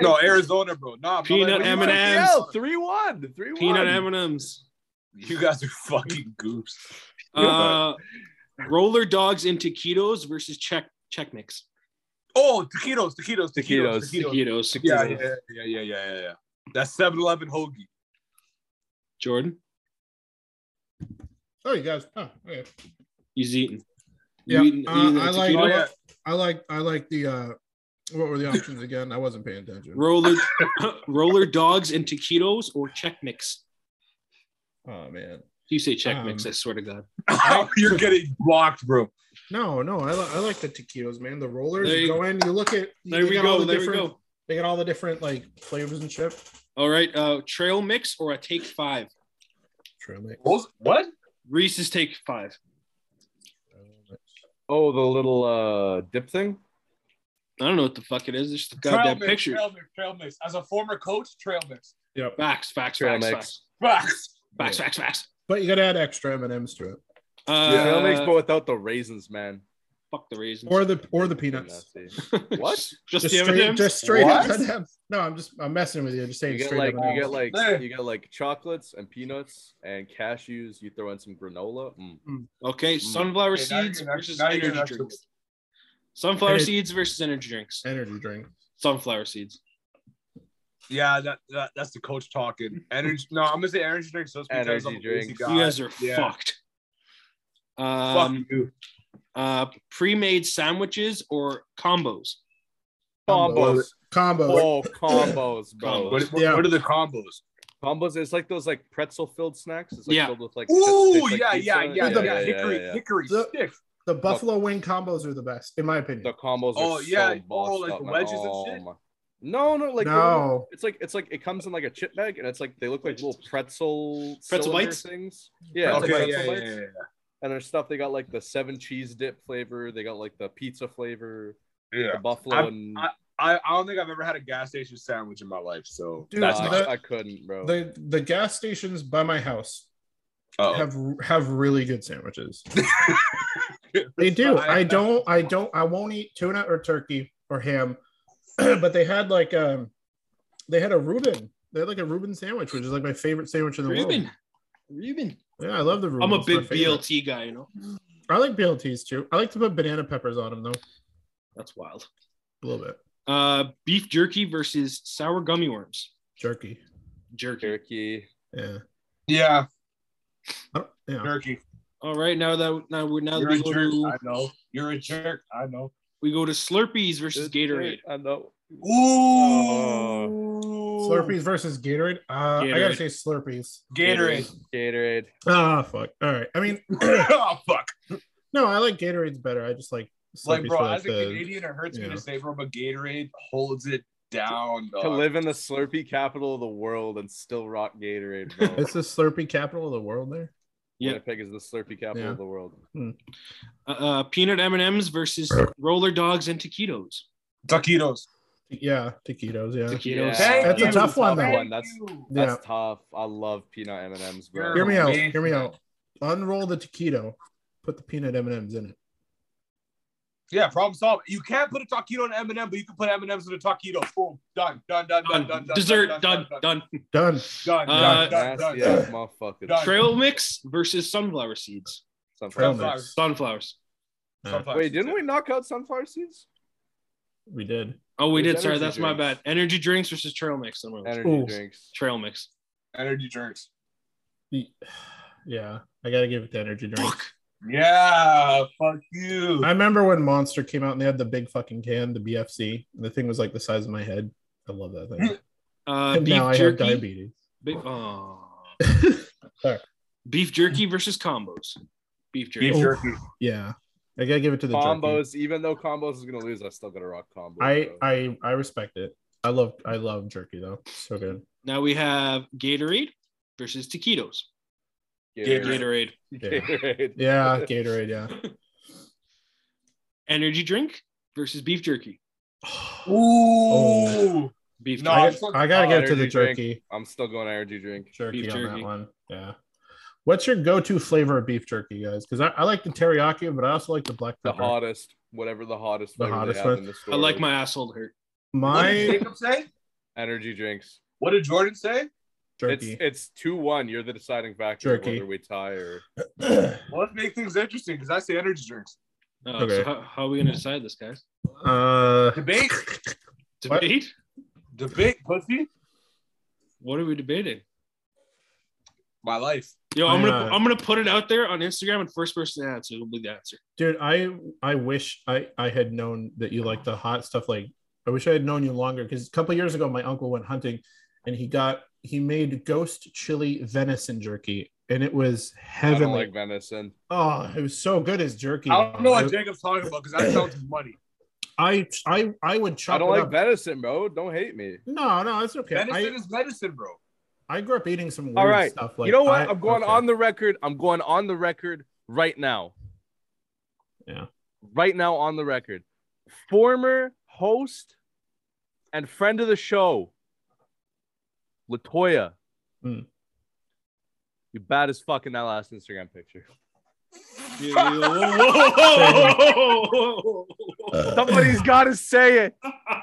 A: No, Arizona, bro. Nah, bro,
B: Peanut
A: like,
B: M&Ms.
A: what you-
D: Yo, 3-1. 3-1.
B: Peanut M and M's.
A: You guys are fucking goofs.
B: Uh, roller dogs and taquitos versus check check mix.
A: Oh, taquitos, taquitos, taquitos,
D: Taquitos,
A: taquitos.
B: Taquitos.
A: Yeah, yeah, yeah, yeah, yeah, yeah, yeah. That's 7-Eleven hoagie.
B: Jordan,
C: Oh, you guys. Oh, okay.
B: he's eating.
C: Yeah,
B: You eating-
C: uh,
B: eating a
C: I like-
A: Oh,
B: taquito?
A: yeah.
C: I like. I like the. uh What were the options again? I wasn't paying attention.
B: roller roller dogs and taquitos or check mix.
C: Oh man.
B: You say check mix,
C: Um,
B: I swear to God.
A: You're getting blocked, bro.
C: No, no. I, li- I like the taquitos, man. The rollers.
B: There
C: You,
B: you-
C: go in. You look at.
B: There
C: they
B: we
C: got all
B: go.
C: the
B: There we
C: different-
B: go.
C: They got all the different like flavors and shit.
B: All right. Uh, trail mix or a take five.
C: Trail mix.
A: What?
B: Reese's take five.
D: Oh, the little uh dip thing?
B: I don't know what the fuck it is. It's just a
A: Trail
B: goddamn
A: mix,
B: picture.
A: Trail mix, trail mix. As a former coach, trail mix.
C: Yep.
B: Facts, facts,
D: Trail
B: facts,
D: mix.
B: facts,
A: Facts.
B: facts, facts, facts.
C: But you gotta add extra M and M's to it,
B: Uh,
D: Yeah, that makes but without the raisins, man.
B: Fuck the raisins.
C: or the or the peanuts.
D: What?
B: Just,
C: Just
B: the
C: straight,
B: M&Ms?
C: just straight
A: What?
C: M&Ms. No, I'm just I'm messing with you. Just saying
D: You get
C: straight
D: like you
C: M&Ms.
D: get like
A: There.
D: you get like chocolates and peanuts and cashews. You throw in some granola. Mm.
B: Okay, sunflower
A: Okay, now you're
B: seeds
A: gonna-
B: versus
A: now you're
B: energy
A: gonna have to-
B: drinks. Sunflower
C: Hey.
B: seeds versus energy drinks.
C: energy drink.
B: Sunflower seeds.
A: Yeah, that, that that's the coach talking. Energy. no, I'm gonna say energy drinks just because
D: Energy
A: I'm a lazy
D: drinks.
A: guy.
B: you guys are
A: yeah.
B: fucked.
A: Fuck
B: Um,
A: you.
B: uh, pre-made sandwiches or combos.
D: Combos.
C: Combo.
D: Oh, combos, bro.
A: What, what,
C: Yeah.
A: what are the combos?
D: Combos. It's like those like pretzel filled snacks. It's like
B: Yeah.
D: filled with like.
A: Ooh,
D: it's like
A: yeah,
D: pizza.
A: yeah, yeah,
C: Yeah,
A: yeah,
C: yeah,
A: Hickory,
D: yeah.
A: hickory
C: The-
A: sticks.
C: The buffalo wing combos are the best, in my
D: The
C: opinion.
D: combos.
A: Oh,
D: are
A: yeah.
D: So
A: Oh,
D: bossed
A: like
D: up,
A: the
D: man.
A: wedges and
D: Oh,
A: shit?
D: my- No, no, like the little-
C: no,
D: It's like it's like it comes in like a chip bag, and it's like they look like little pretzel
B: Pretzel
D: cylinder
B: bites?
D: things.
A: okay,
D: Yeah, it's like
A: yeah,
D: pretzel
A: yeah,
D: bites.
A: yeah, yeah.
D: and there's stuff they got like the seven cheese dip flavor they got like the pizza flavor the
A: Yeah.
D: buffalo
A: I've-
D: and uh,
A: I, I don't think I've ever had a gas station sandwich in my life, so
C: Dude,
A: that's
D: Nah,
A: not
C: that-
D: I, couldn't bro
C: the the gas stations by my house
A: Oh,
C: have have really good sandwiches. they do.
A: I-
C: I don't. I don't. I won't eat tuna or turkey or ham, but they had like um, they had a Reuben. They had like a Reuben sandwich, which is like my favorite sandwich in the
B: Ruben.
C: world.
B: Ruben.
C: Yeah, I love the Reuben.
B: I'm a
C: It's my
B: big
C: favorite.
B: BLT guy, you know.
C: I like BLTs too. I like to put banana peppers on them though,
B: That's wild.
C: a little bit.
B: Uh, beef jerky versus sour gummy worms.
C: Jerky.
B: Jerky.
D: Turkey.
C: Yeah.
A: yeah,
C: I don't- yeah.
A: jerky.
B: All right, now that now we now that
A: You're
B: we
A: a
B: go,
A: jerk. I
B: to,
A: know. You're a jerk. I know.
B: we go to Slurpees versus Gatorade.
D: I know.
A: Ooh.
C: Slurpees versus Gatorade. Uh, I gotta
B: Gatorade.
C: say Slurpees.
A: Gatorade.
D: Gatorade.
C: Ah, fuck. All right. I mean,
A: oh fuck.
C: no, I like Gatorades better. I just like Slurpees
A: Like, bro,
C: for,
A: as a
C: the-
A: Canadian, it hurts me
C: yeah.
A: to say, bro, but Gatorade holds it down.
D: To
A: Dog.
D: live in the Slurpee capital of the world and still rock Gatorade. bro.
C: It's the Slurpee capital of the world. There,
B: Yeah.
D: Winnipeg is the Slurpee capital
C: Yeah.
D: of the world.
B: Uh, uh, peanut M and M's versus roller dogs and taquitos.
A: Taquitos.
C: yeah, taquitos. Yeah,
B: Taquitos.
C: Yeah. That's a tough one, though.
D: That's
C: yeah.
D: that's tough. I love peanut M and M's, bro.
A: You're-
C: Hear me out.
A: Amazing.
C: Hear me out. Unroll the taquito. Put the peanut M and M's in it.
A: Yeah, problem solved. You can't put a taquito in an M&M, but you can put M&Ms in a taquito. Boom. Done. Done. Done. Done. Done. done
B: Dessert done done.
A: Done.
C: Done.
A: Done.
B: Uh,
A: Done. Done. Done.
D: Nasty
A: done.
D: ass motherfucker.
A: Done.
B: Trail mix versus sunflower seeds.
C: Trail
D: Sunflower seeds.
A: Sunflower.
C: mix.
B: Sunflowers.
A: Sunflower
D: Wait,
A: seeds,
D: didn't
A: yeah.
D: we knock out sunflower seeds?
C: We did.
B: Oh, we
D: There's
B: did. Sorry,
D: energy
B: that's my bad.
D: drinks.
B: Energy drinks versus trail mix. Somewhere else.
D: Energy
C: Ooh.
D: drinks.
B: Trail mix.
A: Energy drinks.
C: Yeah, I gotta give it the energy drink.
B: Fuck.
A: Yeah. Fuck you.
C: I remember when Monster came out and they had the big fucking can, the BFC. And the thing was like the size of my head. I love that thing.
B: Uh,
C: and
B: beef
C: now I have
B: jerky.
C: diabetes.
B: Big, oh.
C: Sorry.
B: Beef jerky versus combos. Beef jerky.
A: Beef
C: Oh.
A: jerky.
C: Yeah, I gotta give it to the combos.
D: Combos, even though combos is gonna lose, I still gotta rock combos.
C: I
D: bro.
C: I I respect it. I love I love jerky though. So good.
B: Now we have Gatorade versus taquitos.
A: Gatorade.
B: Gatorade.
C: Yeah.
D: Gatorade.
C: Yeah, Gatorade. Yeah.
B: Energy drink versus beef jerky.
A: Ooh.
C: Oh.
B: Beef
A: No,
B: jerky.
C: I,
A: I'm so-
C: I gotta
D: oh,
C: give it to the
D: energy drink.
C: jerky.
D: I'm still going energy drink.
C: jerky
B: Beef
C: on
B: jerky.
C: that one. Yeah. What's your go-to flavor of beef jerky, guys? Because I, I like the teriyaki, but I also like the black
D: The
C: pepper.
D: hottest, whatever the hottest
C: The
D: flavor
C: hottest
D: they
C: one.
D: have in the store.
B: I like
D: is.
B: my asshole to hurt.
A: What did
C: My
A: Jacob say?
D: energy drinks.
A: What did Jordan say?
C: jerky.
D: It's it's two one. You're the deciding factor of
C: Jerky.
D: whether we tie or
A: Well, let's make things interesting because I say energy drinks.
B: Uh,
C: Okay.
B: So how, how are we gonna decide this, guys?
C: uh,
A: Debate.
C: What?
B: Debate?
A: Debate, pussy.
B: What are we debating?
A: My life.
B: Yo, I'm gonna
C: Yeah.
B: I'm gonna put it out there on Instagram and first person to answer will be the answer.
C: dude, I I wish I I had known that you like the hot stuff. Like I wish I had known you longer because a couple years ago my uncle went hunting, and he got he made ghost chili venison jerky, and it was
D: I don't
C: heavenly.
D: like venison.
C: oh, it was so good as jerky.
A: I don't know
C: I
A: what Jacob's talking about because that sounds money.
C: I I, I would chop
D: I don't
C: it
D: like
C: up.
D: venison, bro. Don't hate me.
C: no, no, it's okay. I-
A: Medicine is medicine, bro.
C: I grew up eating some weird
D: All right.
C: stuff. Like
D: you know what?
C: I,
D: I, am going
C: okay.
D: on the record. I'm going on the record right now.
C: Yeah.
D: Right now on the record. Former host and friend of the show, Latoya.
C: Mm.
D: You bad as fuck in that last Instagram picture.
B: Yo, yo, yo, whoa, whoa, whoa, whoa, whoa.
D: Somebody's got to say it,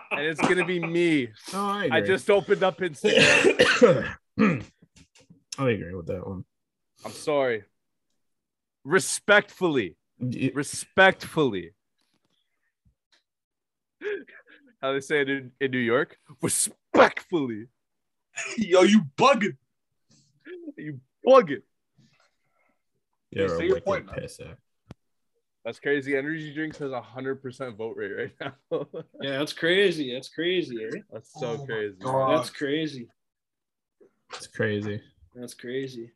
D: and it's gonna be me.
C: No, I,
D: I
C: agree.
D: just opened up Instagram.
C: I agree with that one.
D: I'm sorry. Respectfully,
C: Y-
D: respectfully. How they say it in, in New York? Respectfully.
A: Yo, you bugging.
D: You plug it.
C: You're
A: say
C: a
A: your
C: wicked
A: point, man.
C: pisser.
D: That's crazy. Energy drinks has a hundred percent vote rate right now.
B: Yeah, that's crazy. That's crazy. eh?
D: That's so
A: Oh my
D: crazy.
A: God.
B: That's crazy.
C: It's crazy.
B: That's crazy.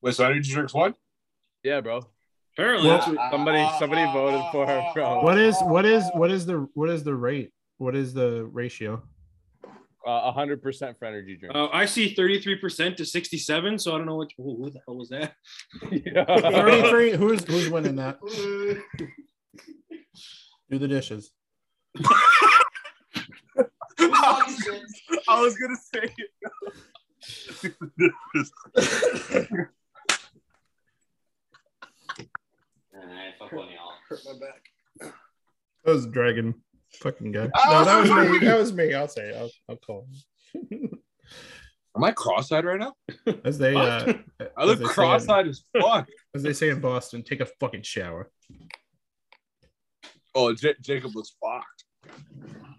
A: Wait, so energy drinks what?
D: Yeah, bro.
B: Apparently,
C: Well-
B: that's what,
D: Somebody somebody voted for her,
A: Oh.
D: bro.
C: What is what is what is the what is the rate? What is the ratio?
D: Uh, A hundred percent for energy drinks.
B: uh, I see 33% to 67. So I don't know what. Who who the hell was that?
D: Yeah.
C: Thirty-three. Who's who's winning that? Do the dishes.
A: I was gonna say it.
F: Alright, fuck one of y'all.
E: Hurt my back.
C: That was a dragon fucking guy. No, that was me. That was me. I'll say it. I'll, I'll call. him.
A: Am I cross-eyed right now?
C: as they
A: I
C: uh, as
A: look
C: they say in-
A: cross-eyed as fuck.
C: as they say in Boston, take a fucking shower.
A: Oh, J- Jacob looks fucked.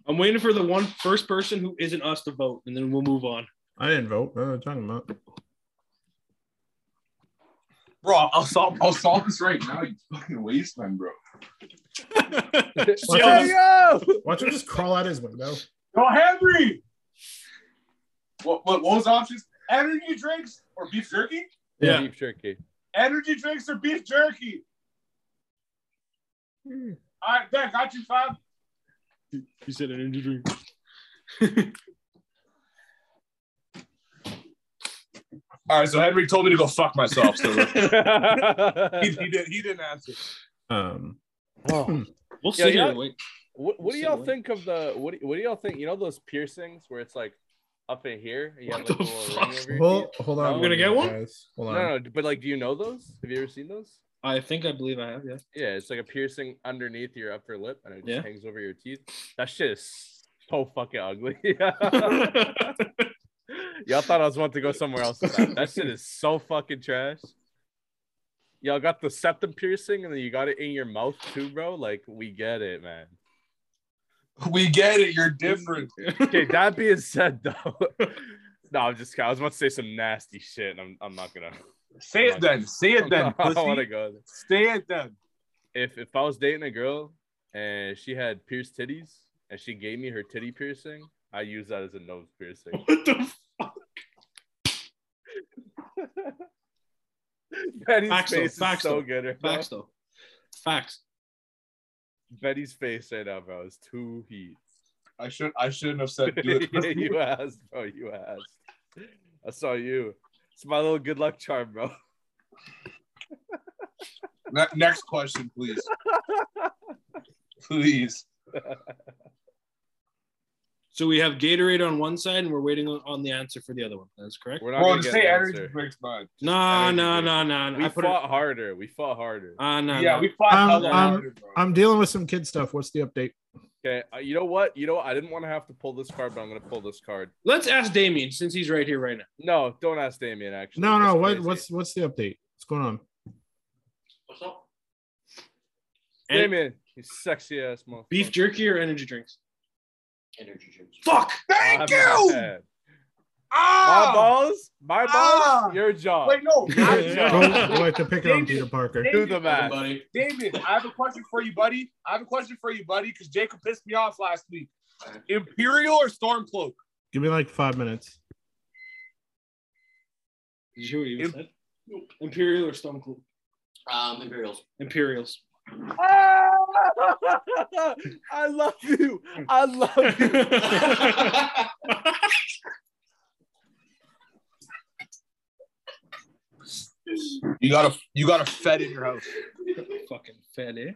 B: I'm waiting for the one first person who isn't us to vote, and then we'll move on.
C: I didn't vote. What are you talking about?
A: Bro, I'll solve I'll solve this right now. You fucking waste time, bro.
C: Watch,
B: Yeah.
C: him just,
D: Yo!
C: watch him just crawl out his window.
A: Yo, Henry! What what what was the options? Energy drinks or beef jerky?
B: Yeah.
D: Beef jerky.
A: Energy drinks or beef jerky? All right, Ben, got you five.
B: He said an energy drink.
A: All right, so Henry told me to go fuck myself. So he,
D: what,
A: he did. He didn't answer.
C: Um,
B: We'll
D: Yeah,
B: sit
D: yeah.
B: here and wait.
D: what do y'all think of the what? Do, what do y'all think? You know those piercings where it's like up in here. You have
B: What
D: like a
B: the
D: little
B: fuck?
D: ring over your
C: hold,
D: teeth?
C: hold
D: No.
C: on.
D: You
B: gonna get one?
C: guys. Hold on.
D: No, no, but like, do you know those? Have you ever seen those?
B: I think I believe I have, yeah.
D: Yeah, it's like a piercing underneath your upper lip, and it just
B: Yeah.
D: hangs over your teeth. That shit is so fucking ugly. Y'all thought I was about to go somewhere else. With that. that shit is so fucking trash. Y'all got the septum piercing, and then you got it in your mouth too, bro. Like we get it, man.
A: We get it. You're different.
D: Okay, that being said, though, no, I'm just. I was about to say some nasty shit, and I'm, I'm not gonna.
A: Say it then. Say it then.
D: I don't want to
A: Pussy.
D: go. there.
A: Say it then.
D: if if I was dating a girl and she had pierced titties and she gave me her titty piercing, I use that as a nose piercing.
B: What the fuck?
D: Betty's
B: Facts though,
D: face
B: facts
D: is so
B: though,
D: good. Right
B: Facts, though. Facts.
D: Now. Betty's face right now, bro, is too heat.
A: I should. I shouldn't have said. Do it.
D: you asked, bro. You asked. I saw you. It's my little good luck charm, bro.
A: Ne- Next question, please. Please.
B: So we have Gatorade on one side, and we're waiting on- on the answer for the other one. That's correct.
D: We're not
A: Bro,
D: gonna
A: to
D: get
A: say
D: an
A: energy
D: answer.
A: drinks, man.
B: No,
D: energy
B: no,
D: drink.
B: no, no. no.
D: We
B: I put it.
D: fought harder. We fought harder.
B: Ah, no,
A: Yeah,
B: no.
A: we fought
C: Um,
A: hella
C: um,
A: harder, bro.
C: I'm dealing with some kid stuff. What's the update?
D: Okay. uh, You know what? You know what? I didn't want to have to pull this card, but I'm gonna pull this card.
B: Let's ask Damien since he's right here right now.
D: No, don't ask Damien. Actually,
C: No, no.
D: That's
C: What,
D: crazy.
C: what's what's the update? What's going on?
F: What's up?
B: And-
D: Damien, you sexy ass motherfucker.
B: Beef jerky or energy drinks?
F: Energy drinks.
B: Fuck.
A: Thank
D: My
A: you.
D: bad. My
A: Ah!
D: balls, my balls,
A: Ah!
D: your jaw.
A: Wait, no. I-
C: Go, like to pick it on
A: David,
C: Peter Parker.
D: Do the math.
F: Everybody.
A: David, I have a question for you, buddy. I have a question for you, buddy, because Jacob pissed me off last week. Imperial or Stormcloak?
C: Give me like five minutes.
B: Did you hear what you
A: Im-
B: said? Imperial or Stone Cold?
F: Um, Imperials.
B: Imperials.
D: Ah! I love you. I love you.
A: You got a you got a fed in your house.
B: Fucking fed, eh?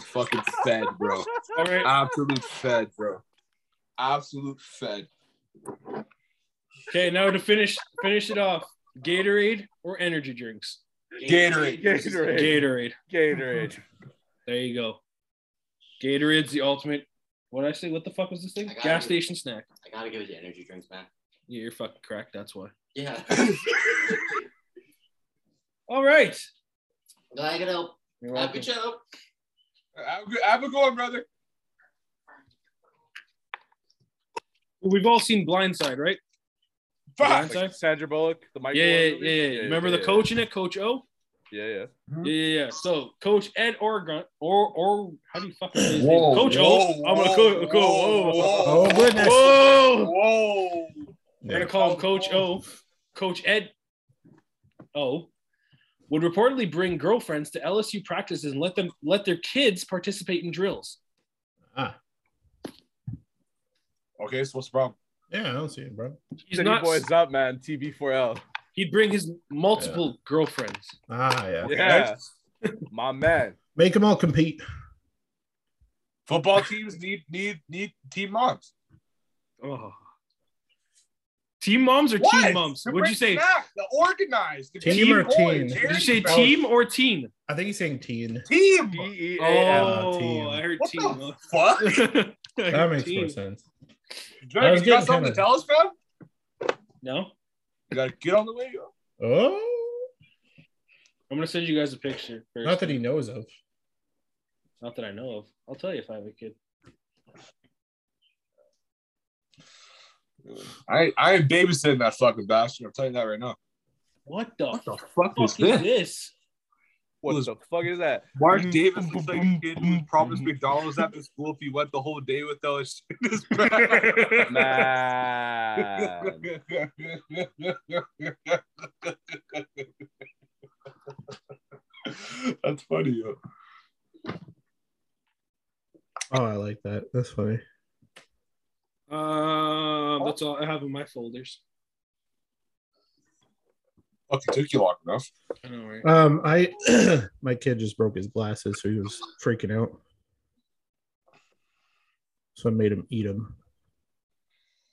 A: Fucking fed, bro.
B: All right.
A: Absolute fed, bro. Absolute fed.
B: Okay, now to finish finish it off. Gatorade or energy drinks?
A: Gatorade.
D: Gatorade.
B: Gatorade.
D: Gatorade.
B: There you go. Gatorade's the ultimate. What did I say? What the fuck was this thing?
F: I got
B: Gas
F: it.
B: station snack.
F: I gotta give it to energy drinks, man.
B: Yeah, you're fucking correct. That's why.
F: Yeah.
B: All right.
F: Glad I could help.
B: You're
F: Happy
B: welcome.
F: job.
A: Have a good- have a good one, brother.
B: We've all seen Blindside, right?
A: Fuck.
B: Blindside?
D: Sandra Bullock, the Michael.
B: Yeah, yeah,
D: Oren
B: yeah,
D: movie?
B: yeah. Remember the
D: yeah.
B: coach in it, Coach O?
D: Yeah, yeah.
B: Yeah, yeah, yeah. So Coach Ed Oregon or or how do you fucking say his
A: Whoa,
B: name? Coach
A: whoa,
B: O. I'm gonna co-
A: whoa,
B: go. Whoa.
A: whoa.
B: Whoa.
C: Oh goodness.
A: Whoa.
B: We're gonna call him Coach O. Coach Ed O would reportedly bring girlfriends to LSU practices and let them let their kids participate in drills.
C: Ah,
A: Okay, so what's the problem?
C: yeah, I don't see it, bro.
B: He's
D: City
B: not.
D: boys up, man. TB4L.
B: He'd bring his multiple girlfriends.
C: Ah, yeah.
D: Yeah. My man.
C: Make them all compete.
A: Football teams need need need team moms.
B: Oh. Team moms or
A: What?
B: teen moms?
A: To
B: Would you
A: bring
B: say
A: back the organized? The
C: Team
A: team
C: or
A: boys,
C: teen?
B: did
A: Jerry
B: you say
A: Bell-
B: team or teen?
C: I think he's saying teen.
A: Team.
D: T-E-A-M.
B: Oh,
C: teen.
B: I heard
A: What
B: team.
A: the fuck?
B: I heard
C: That makes
B: teen.
C: more sense.
A: You gotta
C: was
A: get
C: getting
A: something to
C: kinda-
A: tell us, fam.
B: No,
A: You gotta get on the radio.
C: Oh,
B: I'm gonna send you guys a picture. First.
C: not that he knows of.
B: Not that I know of. I'll tell you if I have a kid.
A: I I ain't babysitting that fucking bastard. I'm telling you that right now.
B: What the
A: What the
B: fuck
A: fuck is
B: is
A: this?
B: this?
D: What
A: was-
D: the fuck is that?
A: Mark Davis looks like a kid who promised McDonald's after school if he went the whole day without his shit in his bag.
D: Man.
A: That's funny. Yo.
C: Oh, I like that. That's funny.
B: Um, that's all I have in my folders.
A: Fucking took you long enough.
B: I know, right?
C: Um, I my kid just broke his glasses, so he was freaking out. So I made him eat them.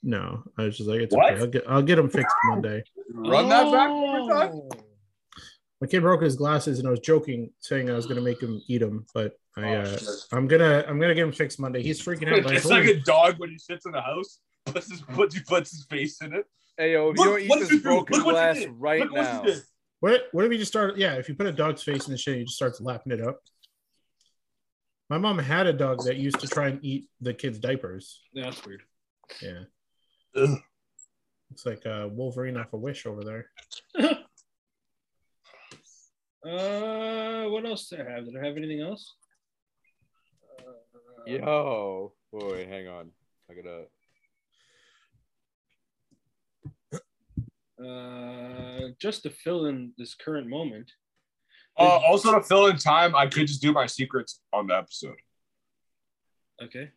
C: No, I was just like, it's
A: What?
C: okay. I'll get I'll get him fixed Monday.
A: Run that back one more time.
B: Oh.
C: My kid broke his glasses, and I was joking, saying I was gonna make him eat them, but I
A: Oh,
C: uh,
A: shit.
C: I'm gonna I'm gonna get him fixed Monday. He's freaking out. but I
A: It's
C: told
A: like
C: him-
A: a dog when he sits in the house, puts his, puts, he puts his face in it.
D: Hey yo, if
A: Look,
D: you don't eat
A: what did
D: this
A: you do?
D: broken
A: Look what you
D: glass
A: did.
D: right
A: Look what she
D: now.
A: did.
C: What what if you just start? Yeah, if you put a dog's face in the shit, you just starts lapping it up. My mom had a dog that used to try and eat the kids' diapers.
B: Yeah, that's weird.
C: Yeah.
A: Ugh.
C: It's like uh, Wolverine off a wish over there.
B: Uh, what else did I have? Did I have anything else? Uh,
D: Yo, Oh, boy, hang on. I gotta.
B: Uh, just to fill in this current moment.
A: Uh, also, to fill in time, I could just do my secrets on the episode.
B: Okay.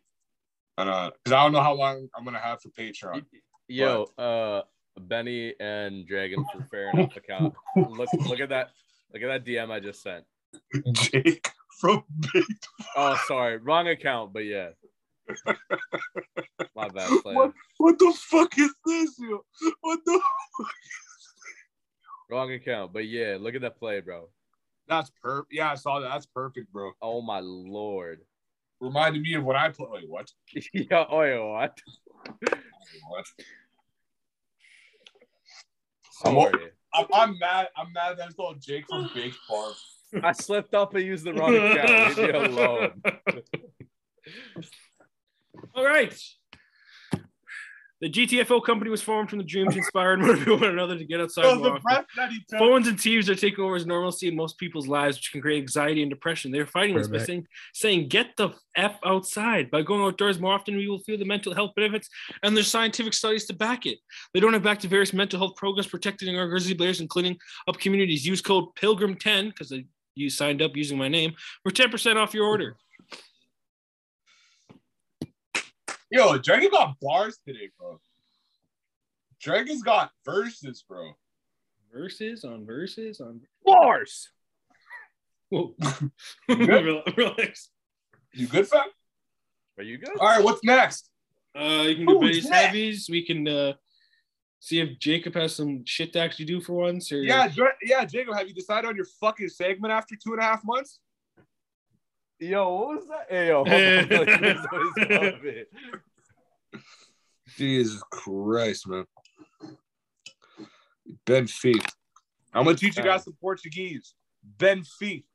A: And, uh, cause I don't know how long I'm gonna have for Patreon.
D: Yo, uh, Benny and Dragon for fair enough account. Look, look at that. Look at that DM I just sent.
A: Jake from Big
D: Oh, sorry, wrong account, but yeah. My bad. Player.
A: What? What the fuck is this? Yo? What the?
D: Wrong account, but yeah. Look at that play, bro.
A: That's perfect. Yeah, I saw that. That's perfect, bro.
D: Oh my lord.
A: Reminded me of when I play. Wait, what?
D: Yo, oh, yo, what?
A: What? I'm all-
D: Sorry,
A: I'm, I'm mad. I'm mad that it's called Jake from Big Farm.
D: I slipped up and used the wrong account. Leave me alone.
B: All right. The GTFO company was formed from the dreams inspired by one another to get outside.
A: So
B: more
A: the
B: often.
A: breath that he took.
B: Phones and TVs are taking over as normalcy in most people's lives, which can create anxiety and depression. They're fighting this by
C: Correct.
B: saying, saying, get the F outside. By going outdoors more often, we will feel the mental health benefits, and there's scientific studies to back it. They don't have back to various mental health programs protecting our grizzly bears and cleaning up communities. Use code PILGRIM10, because you signed up using my name, for 10% off your order.
A: Yo, Dragon got bars today, bro. Dragon's got verses, bro.
B: Verses on verses on...
D: Lars.
B: Whoa.
A: Good?
B: Relax.
A: You good, fam?
D: Are you good?
A: All right, what's next?
B: Uh, you can do
A: Who's
B: Betty's
A: next?
B: heavies. We can uh, see if Jacob has some shit to actually do for once. Or
A: Yeah, Dra- yeah, Jacob, have you decided on your fucking segment after two and a half months?
D: Yo, what was that? Hey, yo, hold on. This is what it's gonna be.
A: Jesus Christ, man. Ben Feet. I'm gonna teach you guys some Portuguese. Ben Feet.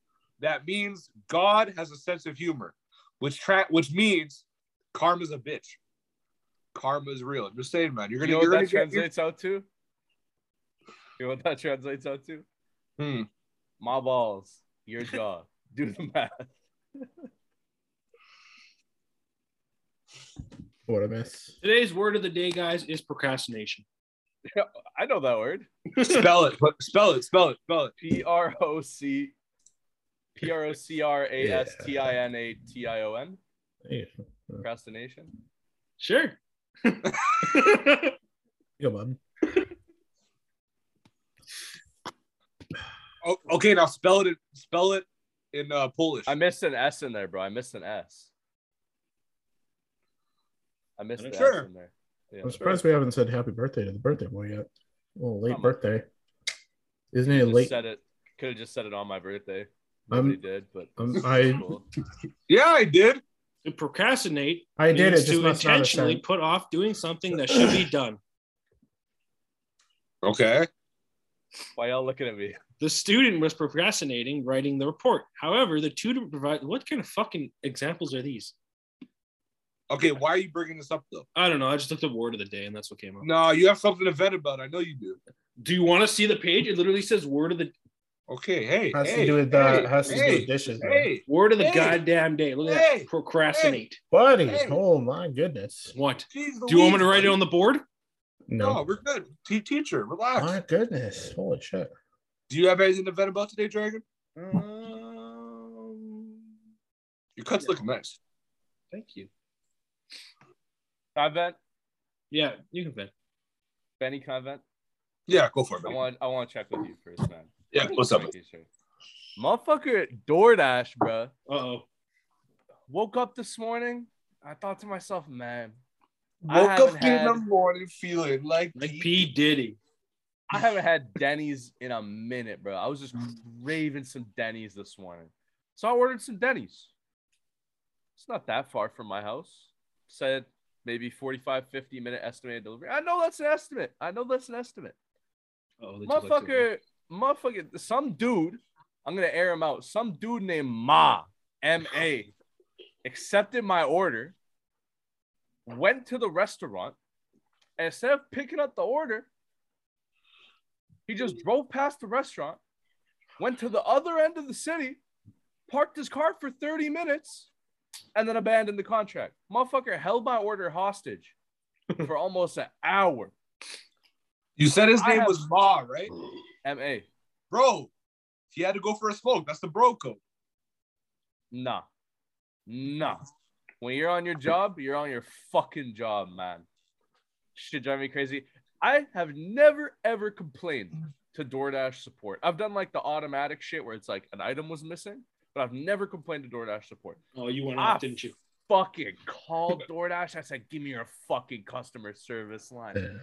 A: That means God has a sense of humor, which tra- which means karma's a bitch. Karma's real. I'm just saying, man. You're
D: You
A: gonna,
D: know
A: you
D: what
A: are gonna
D: that
A: get your-
D: translates out to? You know what that translates out to?
A: Hmm.
D: My balls, your jaw. Do the math.
C: What a mess.
B: Today's word of the day, guys, is procrastination.
D: I know that word.
A: spell it. but- Spell it. Spell it. Spell it.
D: P R O C P R O C R A S T I N A T I O N.
C: Yeah.
D: Procrastination.
B: Sure.
C: Come on.
A: Oh, okay, now spell it. Spell it in uh, Polish.
D: I missed an S in there, bro. I missed an S. I missed an
A: Sure.
D: S in there. Yeah,
C: I'm surprised we haven't said happy birthday to the birthday boy yet. Well, late
D: Come on.
C: birthday. Isn't he
D: Just
C: late?
D: said it. Could have just said it on my birthday.
C: I'm-
D: Nobody did, but
C: Um, I
D: cool.
A: Yeah, I did.
B: To procrastinate
C: I did it
B: means
C: just
B: to
C: not- not a
B: intentionally
C: cent.
B: put off doing something that should be done.
A: Okay.
D: why y'all looking at me?
B: The student was procrastinating writing the report. However, the tutor provided what kind of fucking examples are these?
A: Okay, why are you bringing this up though?
B: I don't know. I just looked up word of the day and that's what came up.
A: No, you have something to vet about. I know you do.
B: Do you want to see the page? It literally says word of the
A: Okay, hey.
C: Has
A: hey,
C: to do with that.
A: hey,
C: has to do
A: hey,
C: with dishes. man.
A: Hey,
B: word of the
A: Hey.
B: goddamn day. Look at
A: Hey.
B: that. Procrastinate.
C: buddy.
A: hey.
C: Oh my goodness.
B: What?
A: geez
B: Do you want me to
A: Louise,
B: write it
A: buddy.
B: on the board?
A: No,
C: No.
A: we're good. T- teacher, relax.
C: My goodness. Holy shit.
A: Do you have anything to vet about today, Dragon? Um, Your cuts look nice.
B: Thank you.
D: Convent,
B: Yeah, you can bet.
D: Benny Convent.
A: Yeah, go for it.
D: I
A: buddy.
D: want. I want to check with you first, man.
A: yeah, what's up?
D: Making sure. Motherfucker at DoorDash, bruh.
B: Uh oh.
D: Woke up this morning. I thought to myself, man, I
A: Woke up
D: haven't had-
A: in the morning feeling like,
B: Like P. Diddy.
D: I haven't had Denny's in a minute, bro. I was just craving some Denny's this morning. So I ordered some Denny's. It's not that far from my house. Said maybe 45, 50 minute estimated delivery. I know that's an estimate. I know that's an estimate.
B: Oh,
D: Motherfucker, motherfucker, some dude, I'm going to air him out. Some dude named Ma, M A, accepted my order, went to the restaurant, and instead of picking up the order, he just drove past the restaurant, went to the other end of the city, parked his car for 30 minutes, and then abandoned the contract. Motherfucker held my order hostage for almost an hour.
A: you said his
D: I
A: name
D: have-
A: was Ma, right?
D: M A.
A: Bro, he had to go for a smoke. That's the bro code.
D: Nah. Nah. When you're on your job, you're on your fucking job, man. Shit drive me crazy. I have never ever complained to DoorDash support. I've done like the automatic shit where it's like an item was missing, but I've never complained to DoorDash support.
B: Oh, you went
D: Ah,
B: off, didn't you?
D: Fucking called DoorDash. I said, give me your fucking customer service line.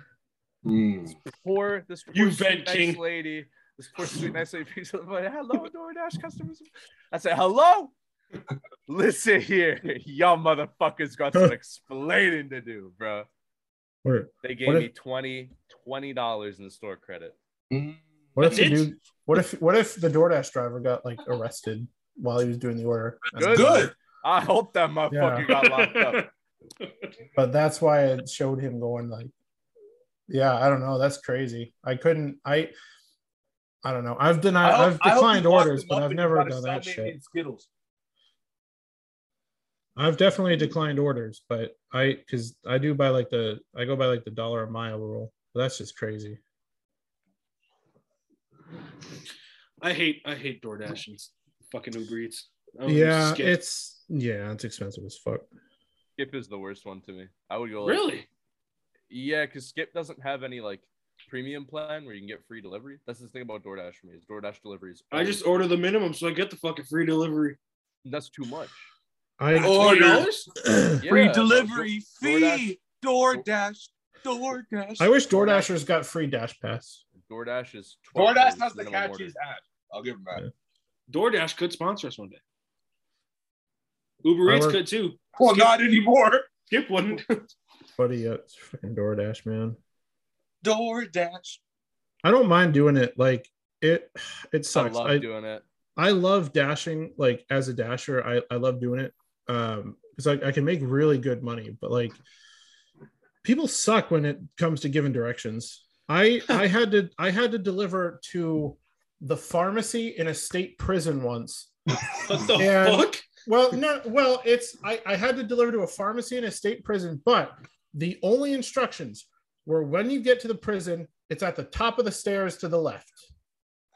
D: poor this poor
B: You
D: sweet,
B: vent,
D: nice
B: King.
D: lady, this poor sweet nice lady picks up the phone, hello DoorDash customers. I said, hello. Listen here, y'all motherfuckers got some explaining to do, bro.
C: Word.
D: They gave
C: What if-
D: me 20 dollars in store credit.
C: What
B: That's
C: if the
B: it?
C: dude? What if what if the DoorDash driver got like arrested while he was doing the order?
D: Good.
A: Good.
D: I hope that motherfucker got locked up.
C: But that's why it showed him going like, yeah, I don't know. That's crazy. I couldn't. I. I don't know. I've denied.
A: I hope-
C: I've
A: I hope
C: declined
A: you locked
C: orders,
A: him
C: but
A: up
C: I've
A: and
C: never
A: got a
C: done that
A: cellmate
C: shit.
A: named Skittles.
C: I've definitely declined orders, but I because I do buy like the I go by like the dollar a mile rule. But that's just crazy.
B: I hate I hate DoorDash and fucking Uber Eats.
D: Oh,
B: I would
C: yeah,
B: skip.
C: it's yeah, it's expensive as fuck.
D: Skip is the worst one to me. I would go like,
B: really.
D: yeah, because Skip doesn't have any like premium plan where you can get free delivery. That's the thing about DoorDash for me is DoorDash deliveries.
B: I just order the minimum, so I get the fucking free delivery.
D: that's too much.
C: I
A: Order.
B: $20?
A: Free
D: Yeah,
A: delivery
D: Door-
A: fee. DoorDash. DoorDash.
C: I wish DoorDashers got free Dash Pass.
D: DoorDash is
A: DoorDash
D: $12
A: has the
D: minimum order.
A: catchiest ad. I'll give him that.
B: DoorDash could sponsor us one day. Uber
C: I
B: Eats
C: work-
B: could too.
A: Well, not anymore.
B: Skip wouldn't.
C: Buddy, yeah, it's freaking DoorDash, man.
A: DoorDash.
C: I don't mind doing it. Like it, it sucks.
D: I love
C: I,
D: doing it.
C: I love dashing. Like as a dasher, I I love doing it. Um, because I, I can make really good money, but like people suck when it comes to giving directions. I I had to I had to deliver to the pharmacy in a state prison once
B: What the
C: And-
B: fuck?
C: Well, no, well, it's I, I had to deliver to a pharmacy and a state prison, but the only instructions were when you get to the prison, it's at the top of the stairs to the left.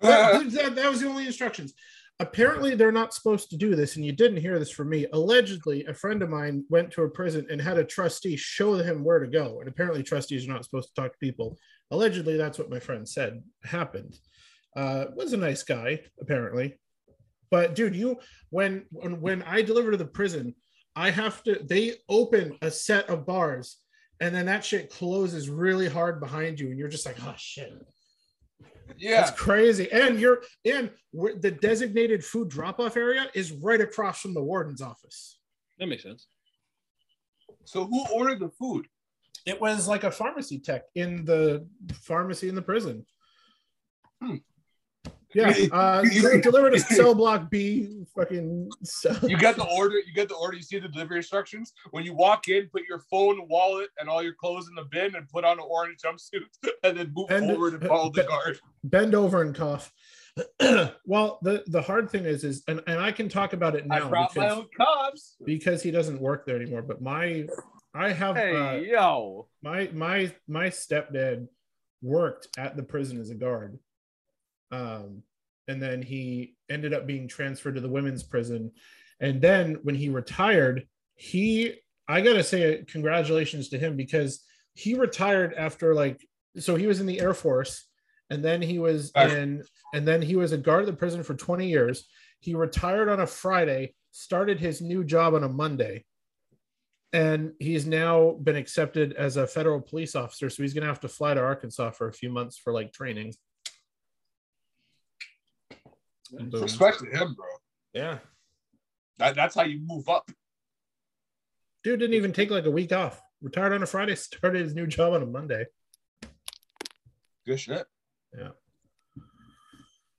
A: Uh-huh.
C: That, that- that was the only instructions. Apparently, they're not supposed to do this, and you didn't hear this from me. Allegedly, a friend of mine went to a prison and had a trustee show him where to go. And apparently, trustees are not supposed to talk to people. Allegedly, that's what my friend said happened. Uh, was a nice guy, apparently. But dude, you when when when I deliver to the prison, I have to they open a set of bars and then that shit closes really hard behind you, and you're just like, oh shit,
A: Yeah.
C: that's crazy. And you're and we're, the designated food drop off area is right across from the warden's office.
B: That makes sense.
A: So who ordered the food?
C: It was like a pharmacy tech in the pharmacy in the prison.
A: Hmm.
C: Yeah, uh, they delivered to cell block B, fucking cell.
A: You get the order. You get the order. You see the delivery instructions. When you walk in, put your phone, wallet, and all your clothes in the bin, and put on an orange jumpsuit, and then move
C: And-
A: forward and follow the guard.
C: bend over and cough. well, the the hard thing is is and, and I can talk about it
A: I
C: now
A: brought my
C: because,
A: own cups.
C: because he doesn't work there anymore. But my I have
D: Hey,
C: uh,
D: yo.
C: my my my stepdad worked at the prison as a guard, um, and then he ended up being transferred to the women's prison, and then when he retired, he I gotta say congratulations to him because he retired after like so he was in the Air Force, and then he was
A: Nice.
C: in and then he was a guard at the prison for twenty years. He retired on a Friday, started his new job on a Monday and he's now been accepted as a federal police officer so he's going to have to fly to arkansas for a few months for like training Boom.
A: Respect to him, bro.
C: yeah
A: That, that's how you move up.
C: dude didn't even take like a week off retired on a friday started his new job on a monday
A: Good shit.
C: Yeah.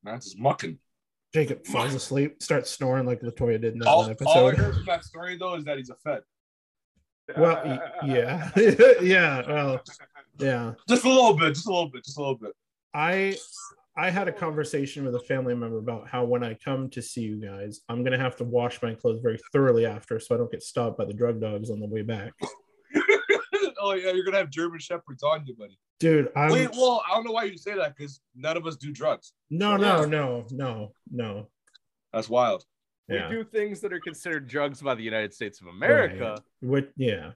A: That's just mucking.
C: jacob falls asleep starts snoring like latoya did in that
A: All,
C: one
A: all I
C: episode
A: heard from that story though is that he's a Fed.
C: well y- yeah yeah well yeah
A: Just a little bit. Just a little bit. Just a little bit.
C: I I had a conversation with a family member about how when I come to see you guys, I'm gonna have to wash my clothes very thoroughly after, so I don't get stopped by the drug dogs on the way back.
A: oh yeah, you're gonna have German shepherds on you, buddy.
C: Dude, I'm
A: Wait, well, I don't know why you say that because none of us do drugs.
C: no, no, no, no, no.
A: That's wild.
C: Yeah,
D: We do things that are considered drugs by the United States of America.
C: With, yeah,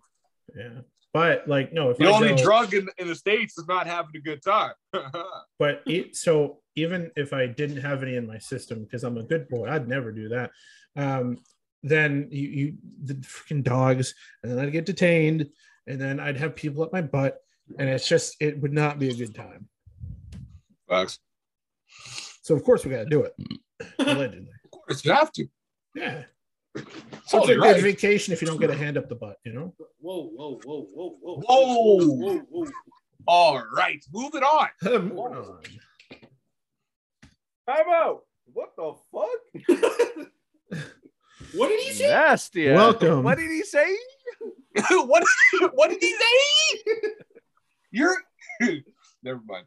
C: yeah. But like, no, if
A: The
C: I
A: only
C: go-
A: drug in, in the states is not having a good time.
C: but it, so even if I didn't have any in my system because I'm a good boy, I'd never do that. Um, then you, you the freaking dogs, and then I'd get detained, and then I'd have people up my butt, and it's just it would not be a good time.
A: Facts.
C: So of course we got to do it allegedly.
A: Of course, you have to.
C: Yeah,
A: It's
C: so it's a
A: only
C: good
A: right.
C: vacation if you don't get a hand up the butt, you know.
E: Whoa, whoa, whoa, whoa, whoa.
A: Whoa.
E: Whoa, whoa,
A: All right, moving on.
C: Moving on.
D: Time out. What the fuck?
E: whoa. what did he say?
D: Nasty. ass.
C: Welcome.
D: What did he say?
A: what what did he say? You're never mind.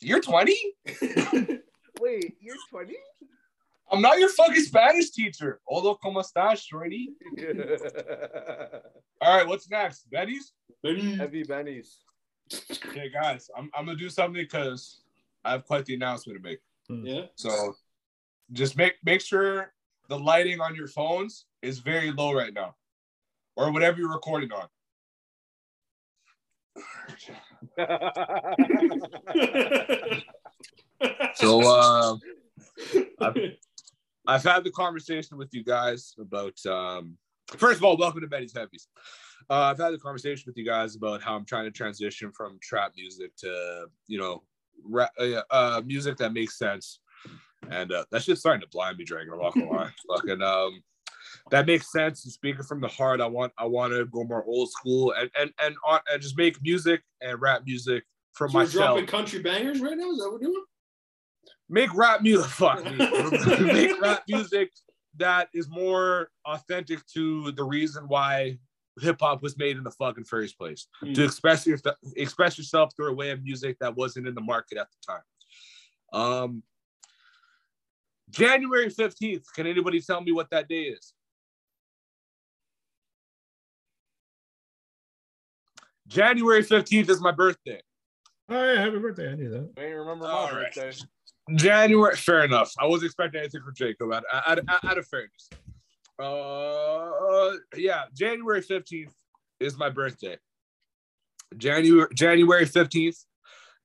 A: You're 20?
D: Wait, you're 20?
A: I'm not your fucking Spanish teacher. Olo como estás, shorty? All right, what's next? Betty's?
D: Heavy bennies.
A: Okay, guys, I'm, I'm gonna do something because I have quite the announcement to make.
E: Yeah.
A: So just make make sure the lighting on your phones is very low right now, or whatever you're recording on. So uh, I've had the conversation with you guys about. Um, first of all, welcome to Betty's Heavies. Uh, I've had the conversation with you guys about how I'm trying to transition from trap music to you know ra- uh, yeah, uh, music that makes sense, and uh, that shit's starting to blind me, Dragon. I'm not gonna lie, fucking um, that makes sense. And speaking from the heart, I want I want to go more old school and and and, on and just make music and rap music for
E: So we're
A: myself.
E: dropping country bangers right now? Is that what we're doing?
A: make rap music. Fuck me. make rap music that is more authentic to the reason why hip hop was made in the fucking first place. To express your express yourself through a way of music that wasn't in the market at the time. Um, January fifteenth. Can anybody tell me what that day is? January fifteenth is my birthday.
C: Oh yeah, happy birthday! I knew that.
D: I ain't remember my
A: All right.
D: birthday.
A: January, fair enough. I wasn't expecting anything from Jacob out, out, out, out of fairness. Uh, yeah, January 15th is my birthday. January January 15th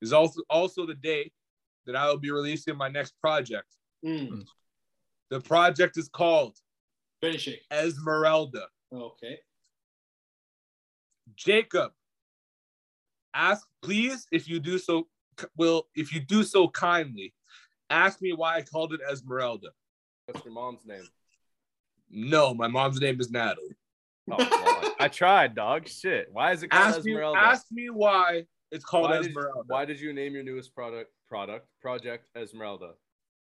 A: is also also the day that I will be releasing my next project.
B: Hmm.
E: Mm.
A: The project is called
E: Finish it.
A: Esmeralda.
E: Okay.
A: Jacob, ask please if you do so will if you do so kindly, ask me why I called it Esmeralda.
D: That's your mom's name.
A: No, my mom's name is Natalie.
D: Oh, God. I tried, dog. Shit. Why is it called
A: Ask me,
D: Esmeralda?
A: ask me why it's called
D: why, did,
A: Esmeralda.
D: why did you name your newest product product project Esmeralda?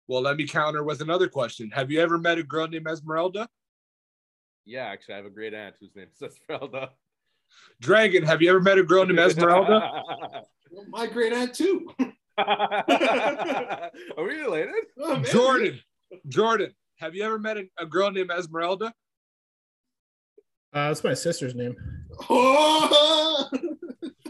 A: Well, let me counter with another question. Have you ever met a girl named Esmeralda?
D: Yeah, actually, I have a great aunt whose name is Esmeralda.
A: Dragon, have you ever met a
D: Oh,
A: girl named Esmeralda?
E: Well, my great aunt too.
D: Are we related?
E: Oh, man.
A: Jordan, Jordan, have you ever met a, a girl named Esmeralda?
C: Uh, that's my sister's name.
E: Oh!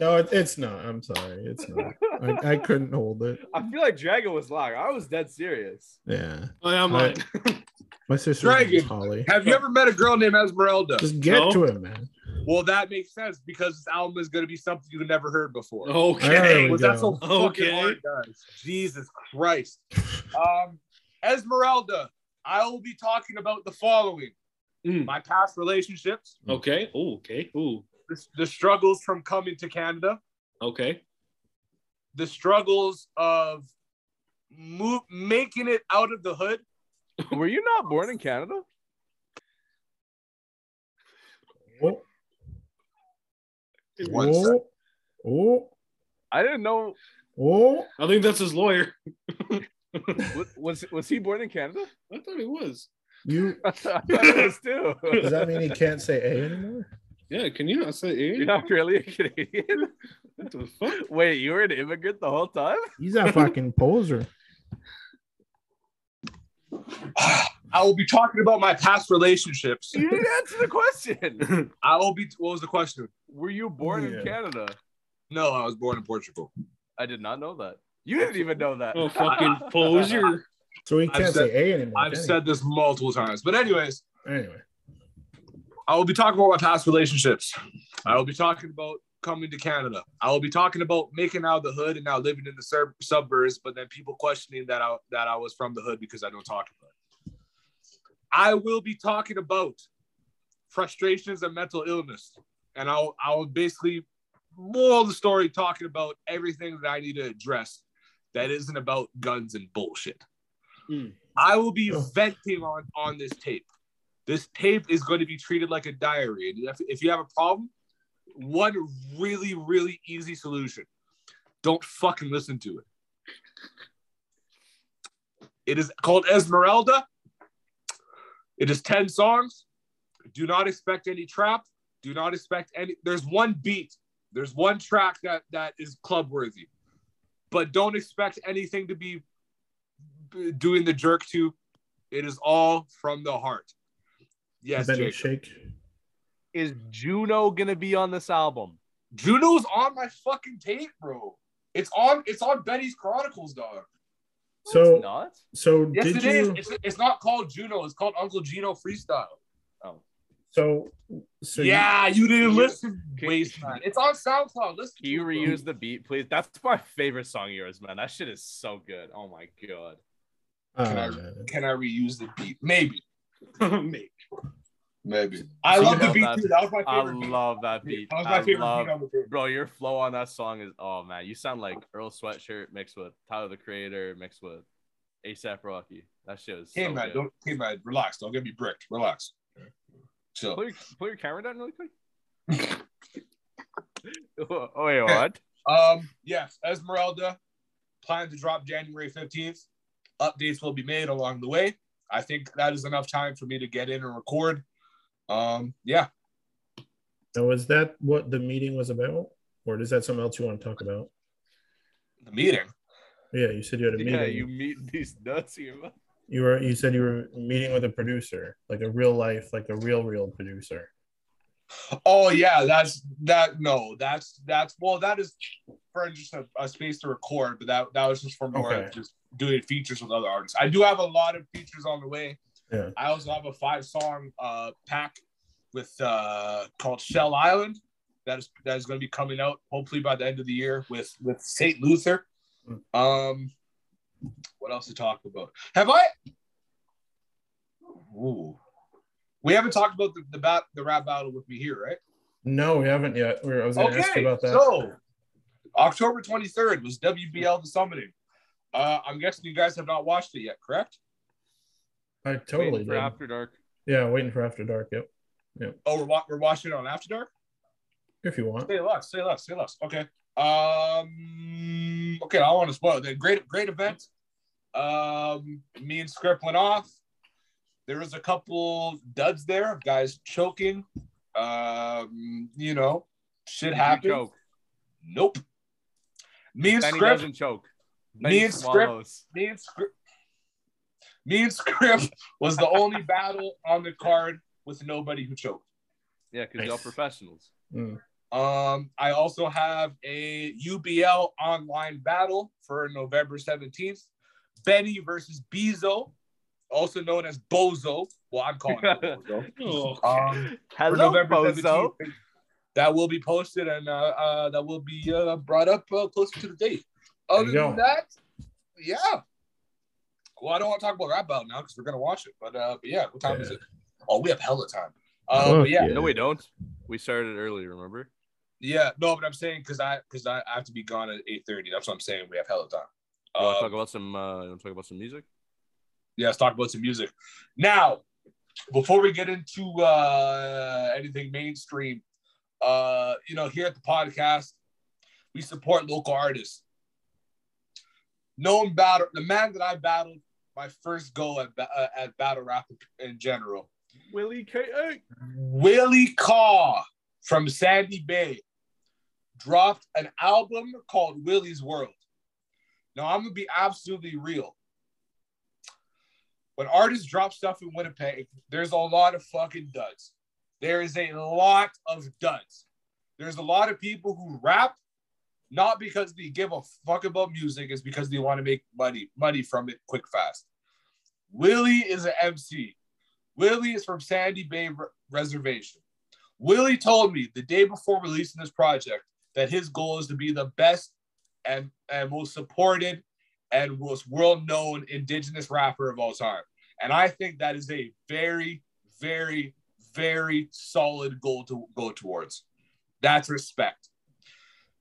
C: No, it, it's not. I'm sorry. It's not. I, I couldn't hold it.
D: I feel like Dragon was lying. I was dead serious.
C: Yeah.
B: I'm
C: Right.
B: like,
C: My sister's name
A: Dragon.
C: is Holly.
A: Have you ever met a girl named Esmeralda?
C: Just get
B: No.
C: to it, man.
A: Well, that makes sense because this album is going to be something you've never heard before.
D: Oh,
C: There
B: okay.
C: we
A: Was that so
C: go.
A: fucking
B: Okay.
A: hard, guys? Jesus Christ. Um, Esmeralda, I will be talking about the following
B: Mm.
A: my past relationships,
B: Okay. Ooh, okay. Ooh.
A: the, the struggles from coming to Canada,
B: Okay.
A: the struggles of move, making it out of the hood.
D: Were you not born in Canada?
C: Oh,
A: One sec.
C: oh, oh,
D: I didn't know.
C: oh.
B: I think that's his lawyer.
D: wa- Was was he born in Canada?
B: I thought he was.
C: You
D: I thought it was too.
C: does that mean he can't say A anymore?
B: Yeah. Can you not say
D: You're
B: Asian?
D: not really a Canadian.
B: What the fuck?
D: Wait, you were an immigrant the whole time?
C: He's a fucking poser.
A: I will be talking about my past relationships.
D: You didn't answer the question.
A: I will be, what was the question?
D: Were you born
C: Yeah.
D: in Canada?
A: No, I was born in Portugal.
D: I did not know that. You didn't even know that.
B: Oh, fucking poser.
C: So he
A: I've
C: can't
A: said-
C: say A anymore.
A: I've
C: can he?
A: said this multiple times. But, anyways,
C: anyway.
A: I will be talking about my past relationships. I will be talking about coming to Canada. I will be talking about making out of the hood and now living in the sur- suburbs, but then people questioning that I that I was from the hood because I don't talk about it. I will be talking about frustrations and mental illness, and I'll I'll basically moral of the story talking about everything that I need to address that isn't about guns and bullshit.
B: Hmm.
A: I will be
C: Yeah.
A: venting on on this tape this tape is going to be treated like a diary. And if, if you have a problem, one really, really easy solution don't fucking listen to it. It is called Esmeralda. It is 10 songs. Do not expect any trap. Do not expect any. There's one beat, there's one track that, that is club worthy, but don't expect anything to be b- doing the jerk to. It is all from the heart. Yes,
C: Benny
A: Jacob.
C: shake.
D: Is Juno gonna be on this album?
A: Juno's on my fucking tape, bro. It's on. It's on Betty's Chronicles, dog.
C: So
D: It's not.
C: so
A: Yes,
C: did
A: it
C: you
A: is. It's, it's not called Juno. It's called Uncle Gino Freestyle.
C: so so you-
A: yeah, you, didn't
D: you-
A: listen.
D: can-
A: Waste time. It's on SoundCloud. Listen.
D: Can you
A: to it, bro.
D: reuse the beat, please? That's my favorite song of yours, man. That shit is so good. Oh my god.
A: Can I-
C: uh,
A: Can I reuse the beat? Maybe.
B: Mate.
A: Maybe. I
D: You
A: love the
D: know
A: beat
D: that-
A: too. That was my
D: I
A: favorite. beat.
D: love that beat.
A: That was
D: I
A: my favorite
D: love,
A: beat on the tape.
D: bro. Your flow on that song is oh man. You sound like Earl Sweatshirt mixed with Tyler the Creator mixed with ASAP Rocky. That shit is so
A: Hey man,
D: good.
A: don't. Hey man, relax. Don't get me bricked. Relax. Chill.
D: Pull your, pull your camera down really quick. oh, wait, what?
A: Um. Yes, Esmeralda. Plan to drop January fifteenth. Updates will be made along the way. I think that is enough time for me to get in and record. Um. Yeah.
C: so was that what the meeting was about? Or is that something else you want to talk about?
A: The meeting.
C: Yeah, you said you had a
D: Yeah,
C: meeting.
D: you
C: You...
D: meet these nuts here. man.
C: were you said you were meeting with a producer, like a real life, like a real real producer.
A: Oh yeah, that's that. No, that's that's well, that is for just a, a space to record, but that that was just for more
C: Okay.
A: just doing features with other artists. I do have a lot of features on the way.
C: Yeah.
A: I also have a five song uh pack with uh called Shell Island that is that is going to be coming out hopefully by the end of the year with with Saint Luther.
C: Hmm.
A: Um, what else to talk about? Have I? Ooh. We haven't talked about the the, bat, the rap battle with me here, right?
C: No, we haven't yet. We were- I was going to ask you
A: Okay,
C: about that.
A: so October 23rd was WBL The Summoning. Uh, I'm guessing you guys have not watched it yet, correct?
C: I totally
D: Waiting for
C: did.
D: After Dark.
C: yeah, waiting for after dark. Yep.
A: Oh, we're, wa- we're watching it on After Dark?
C: If you want.
A: Say less, say less, say less. Okay. Um, okay, I don't want to spoil it. Then Great, great event. Um, me and Script went off. There was a couple duds there, guys choking. Um, you know, shit
D: You
A: happens.
D: Choke.
A: Nope. Me and
D: Benny
A: Script
D: doesn't choke. Benny
A: me and Script,
D: swallows.
A: me and Script, me and Script was the only battle on the card with nobody who choked.
D: Yeah, because y'all
C: Nice.
D: professionals.
C: Mm.
A: Um, I also have a UBL online battle for November 17th. Benny versus Bezo, also known as Bozo. Well, I'm calling it Bozo.
B: Oh,
A: Um, for
D: Hello,
A: November
D: Bozo.
A: 17th. That will be posted and uh, uh, that will be uh, brought up uh, closer to the date. Other
C: you go.
A: than that, yeah. Well, I don't want to talk about that battle now because we're gonna watch it. But, uh, but yeah, what time is
C: Yeah.
A: it? Oh, we have hella time. Uh,
C: Fuck
A: but yeah,
D: No, we don't. We started early, remember?
A: yeah, no, but I'm saying because I because I, I have to be gone at eight thirty. That's what I'm saying. We have hella time.
D: You want
A: Uh,
D: to talk about some? Uh, you want to talk about some music?
A: yeah, let's talk about some music. Now, before we get into uh, anything mainstream, uh, you know, here at the podcast, we support local artists. Known battle, the man that I battled my first go at ba- uh, at battle rap in general,
D: Willie K.
A: Willie Caw from Sandy Bay dropped an album called Willie's World. Now, I'm going to be absolutely real. When artists drop stuff in Winnipeg, there's a lot of fucking duds. There is a lot of duds. There's a lot of people who rap not because they give a fuck about music, it's because they want to make money, money from it quick, fast. Willie is an MC. Willie is from Sandy Bay Re- Reservation. Willie told me the day before releasing this project that his goal is to be the best and, and most supported and most world known indigenous rapper of all time. And I think that is a very, very, very solid goal to go towards. That's respect.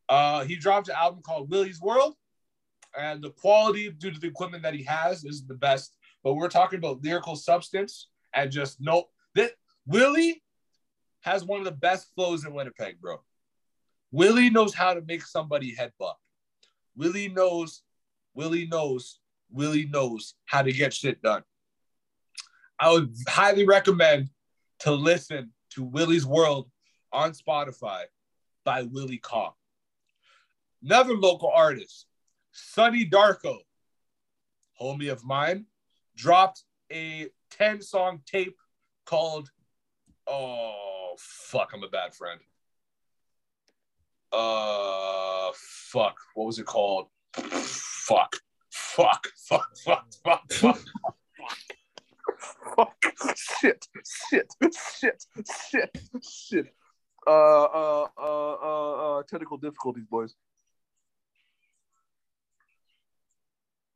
A: Uh, he dropped an album called Willie's World, and the quality due to the equipment that he has is the best. But we're talking about lyrical substance and just no. That Willie has one of the best flows in Winnipeg, bro. Willie knows how to make somebody head bump. Willie knows, Willie knows, Willie knows how to get shit done. I would highly recommend to listen to Willie's World on Spotify by Willie Cobb. Another local artist, Sonny Darko, homie of mine, dropped a 10 song tape called Oh fuck, I'm a bad friend. Uh fuck. What was it called? Fuck. Fuck. Fuck. Fuck. Fuck. Fuck. Fuck. Shit. Shit. Shit. Shit. Shit. Uh, uh, uh, uh, uh, technical difficulties, boys.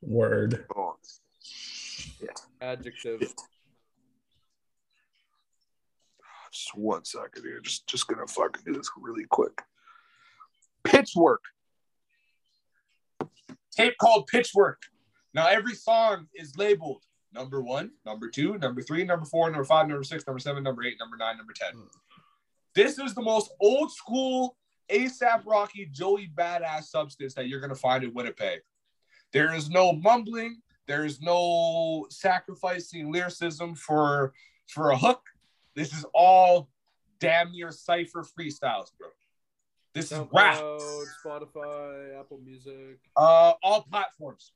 C: Word.
A: Oh,
D: Adjective.
A: just one second here. Just just gonna fucking do this really quick. Pitchwork. Tape called Pitchwork. Now every song is labeled number one, number two, number three, number four, number five, number six, number seven, number eight, number nine, number ten. This is the most old school ASAP Rocky Joey badass substance that you're gonna find in Winnipeg. There is no mumbling. There is no sacrificing lyricism for for a hook. This is all damn near cipher freestyles, bro. This is rap.
D: SoundCloud, Spotify, Apple Music.
A: Uh, all platforms.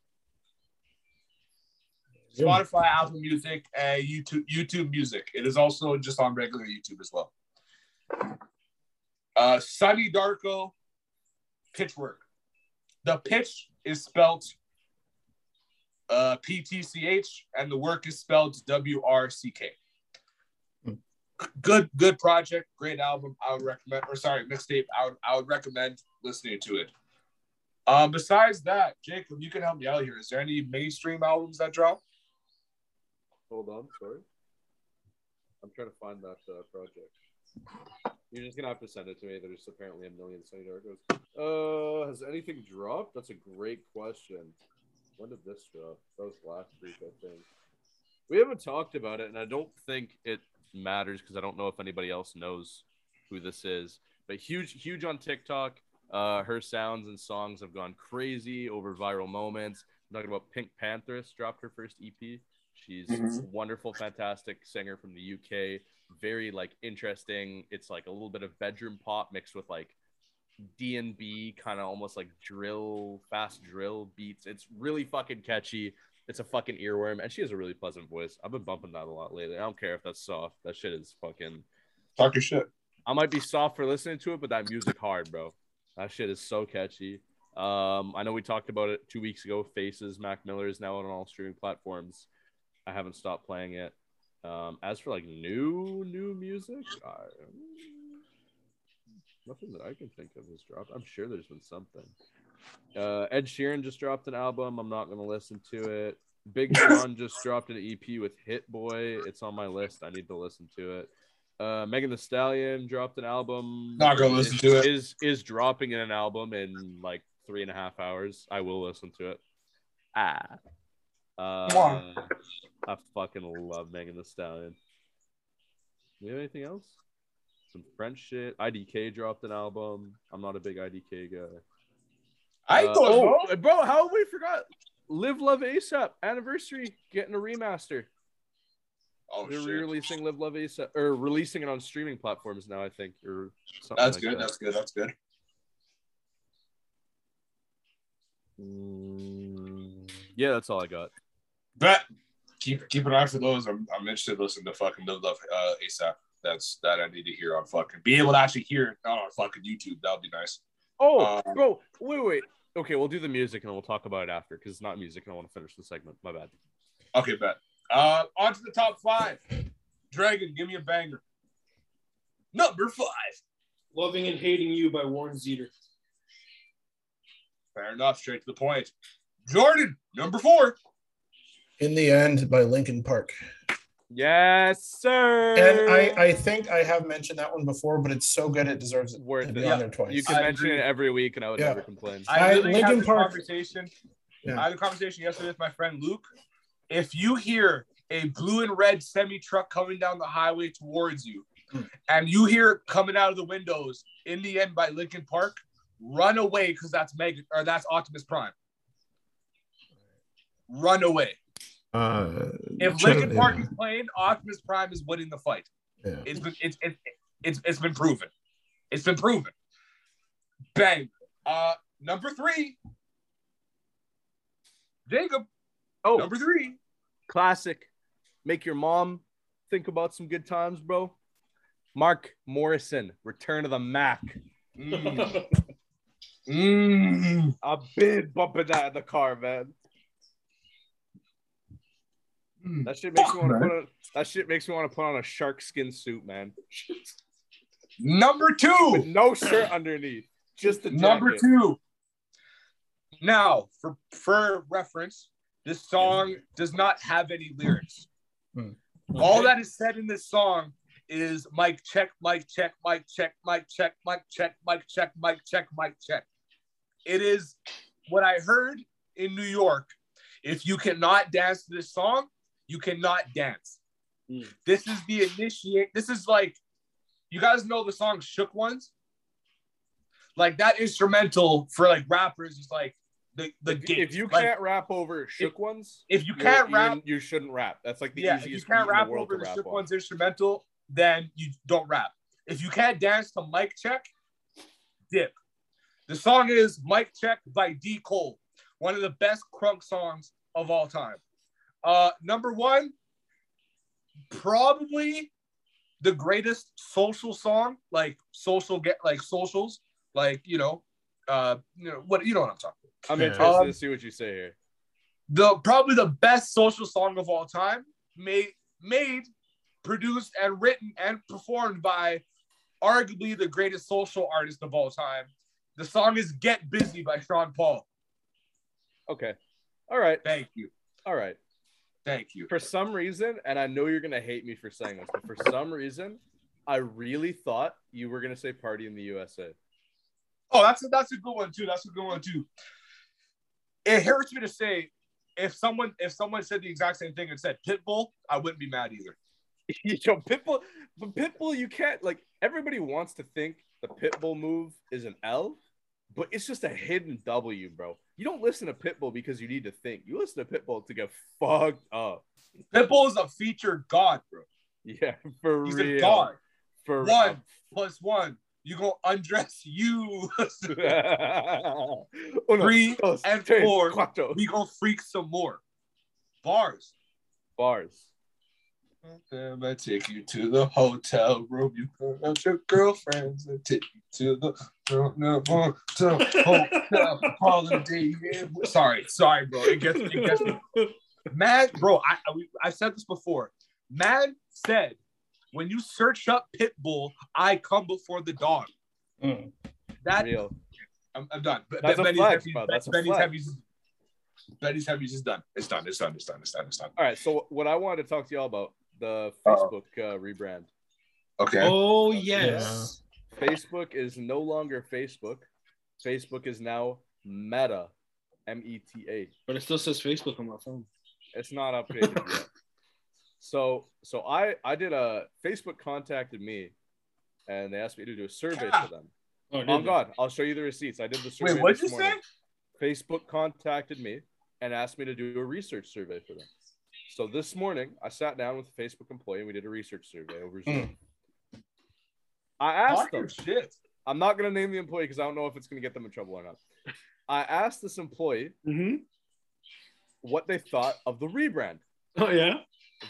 A: Spotify, Apple Music, and YouTube YouTube Music. It is also just on regular YouTube as well. Uh, Sunny Darko, Pitchwork. The pitch is spelt uh, PTCH, and the work is spelled WRCK.
C: Hmm.
A: Good, good project, great album. I would recommend, or sorry, mixtape. I would, I would recommend listening to it. Um, besides that, Jacob, you can help me out here. Is there any mainstream albums that drop?
D: Hold on, sorry. I'm trying to find that uh, project. You're just gonna have to send it to me. There's apparently a million Sony Darkos. Uh, has anything dropped? That's a great question. When did this drop? That was last week, I think. We haven't talked about it, and I don't think it matters because I don't know if anybody else knows who this is. But huge, huge on TikTok. Uh, her sounds and songs have gone crazy over viral moments. I'm talking about Pink Panthers dropped her first E EP. She's a
E: Mhm.
D: wonderful, fantastic singer from the UK. Very like interesting. It's like a little bit of bedroom pop mixed with like D and B, kind of almost like drill, fast drill beats. It's really fucking catchy. It's a fucking earworm, and she has a really pleasant voice. I've been bumping that a lot lately. I don't care if that's soft. That shit is fucking.
A: Talk your shit.
D: I might be soft for listening to it, but that music hard, bro. That shit is so catchy. Um, I know we talked about it two weeks ago. Faces, Mac Miller is now on all streaming platforms. I haven't stopped playing it. Um, as for like new new music, I, mm, nothing that I can think of has dropped. I'm sure there's been something. Uh, Ed Sheeran just dropped an album. I'm not gonna listen to it. Big Sean just dropped an EP with Hit Boy. It's on my list. I need to listen to it. Uh, Megan the Stallion dropped an album.
A: Not gonna listen to it.
D: Is is dropping an album in like three and a half hours. I will listen to it. Ah. Uh,
A: Mwah.
D: I fucking love Megan the Stallion. We have anything else? Some French shit. IDK dropped an album. I'm not a big IDK guy.
A: I
D: Uh,
A: thought,
D: oh,
A: bro.
D: bro, how have we forgot? Live Love ASAP anniversary getting a remaster.
A: Oh,
D: They're
A: shit.
D: re-releasing Live Love ASAP or releasing it on streaming platforms now. I think or something
A: That's
D: like
A: good.
D: That.
A: That's good. That's good.
D: Mm, yeah, that's all I got.
A: But keep keep an eye for those. I'm, I'm interested to listen to fucking Live Love uh, ASAP. That's that I need to hear on fucking be able to actually hear it not on fucking YouTube. That would be nice.
D: Oh,
A: Um,
D: bro, wait, wait. Okay, we'll do the music and we'll talk about it after because it's not music and I want to finish the segment. My bad.
A: Okay, bet. Uh, on to the top five. Dragon, give me a banger. Number five.
B: Loving and Hating You by Warren Zeter.
A: Fair enough. Straight to the point. Jordan, number four.
C: In the End by Linkin Park.
D: Yes, sir.
C: And I, I think I have mentioned that one before, but it's so good it deserves it
D: worth
C: to
D: it.
C: be on there twice.
D: You can
A: I
D: mention
A: agree.
D: it every week, and I would
C: Yeah.
D: never complain.
A: I
C: I-
A: literally had
C: Linkin
A: this
C: Park-
A: conversation.
C: Yeah.
A: I had a conversation yesterday with my friend Luke. If you hear a blue and red semi truck coming down the highway towards you,
C: Hmm.
A: and you hear it coming out of the windows in the end by Lincoln Park, run away because that's Megan or that's Optimus Prime. Run away.
C: Uh,
A: If
C: Chad-
A: Lincoln Park is playing, Optimus Prime is winning the fight.
C: yeah, yeah.
A: It's been it's it's it's, it's been proven. It's been proven. Bang. Uh, number three. Jacob,
D: Oh,
A: number three.
D: classic. Make your mom think about some good times, bro. Mark Morrison, Return of the Mac.
A: Mm. Mm.
D: I've been bumping that in the car, man.
A: Mm.
D: That shit makes me
A: Fuck,
D: want to
A: man.
D: put on. That shit makes me want to put on a shark skin suit, man.
A: Number
D: With
A: two.
D: no shirt underneath, just the jacket.
A: Number two. Now, for for reference, this song does not have any lyrics.
D: Hmm.
A: All that is said in this song is mic check, mic check, mic check, mic check, mic check, mic check, mic check, mic check. It is what I heard in New York. If you cannot dance to this song, you cannot dance.
D: Hmm.
B: Mm.
A: This is the initiate. This is like, you guys know the song Shook Ones? Like that instrumental for like rappers is like the, the
D: If, if
A: gate.
D: you
A: Like,
D: can't rap over shook ones,
A: if you
D: you're-
A: can't rap,
D: you, you shouldn't rap. That's like the
A: yeah, if you
D: easiest
A: can't
D: beat in
A: rap
D: the world
A: over
D: to
A: the
D: rap
A: Shook
D: on.
A: One's instrumental, then you don't rap. If you can't dance to Mic Check, dip. The song is Mic Check by D. Cole, one of the best crunk songs of all time. Uh, number one, probably the greatest social song, like social get like socials, like you know, uh, you know what you know what I'm talking. about
D: I'm
C: Yeah.
D: interested
A: Um,
D: to see what you say here.
A: the probably the best social song of all time, made made, produced and written and performed by arguably the greatest social artist of all time. The song is "Get Busy" by Sean Paul.
D: Okay, all right,
A: Thank you,
D: all right.
A: thank you.
D: For some reason, and I know you're gonna hate me for saying this, but for some reason, I really thought you were gonna say party in the USA.
A: Oh, that's a, that's a good one too. That's a good one too. It hurts me to say if someone if someone said the exact same thing and said Pitbull, I wouldn't be mad either.
D: Yo, Pitbull, but Pitbull, you can't like everybody wants to think the Pitbull move is an L, but it's just a hidden W, bro. You don't listen to Pitbull because you need to think. You listen to Pitbull to get fucked up.
A: Pitbull is a feature god, bro.
D: Yeah, for
A: He's
D: real.
A: a god.
D: For
A: One plus one, you gonna undress you.
D: real. Uno,
A: Three
D: dos,
A: and
D: tres,
A: four.
D: cuatro.
A: we gonna freak some more. Bars.
D: bars.
A: Damn, I take you to the hotel room. You put out your girlfriends and take you to the hotel, hotel holiday. Inn. Sorry, sorry, bro. It gets, it gets Mad, bro. I, I we- I've said this before. Man said, when you search up Pitbull, I come before the dog.
B: Mm.
A: That
D: real.
A: I'm, I'm done. Be-
D: That's a
A: Benny's
D: flex,
A: heavy-
D: bro. That's a
A: Benny's
D: flex.
A: heavy's- Benny's heavy's is done. It's done. It's done. It's done. It's done. It's done.
D: All right. So what I wanted to talk to y'all about the
A: Uh-oh.
D: Facebook uh, rebrand.
A: Okay.
B: Oh yes.
D: Facebook is no longer Facebook. Facebook is now Meta, M E T A.
B: But it still says Facebook on my phone.
D: It's not updated yet. So so I I did a Facebook contacted me, and they asked me to do a survey for them.
B: Oh, did
D: Oh
B: it?
D: God, I'll show you the receipts. I did the survey.
A: Wait, what'd you
D: this
A: say?
D: morning. Facebook contacted me and asked me to do a research survey for them. So this morning, I sat down with a Facebook employee and we did a research survey over Zoom.
A: Hmm.
D: I asked
A: Talk
D: them.
A: your shit.
D: I'm not going to name the employee because I don't know if it's going to get them in trouble or not. I asked this employee
B: Mhm.
D: what they thought of the rebrand.
B: Oh yeah.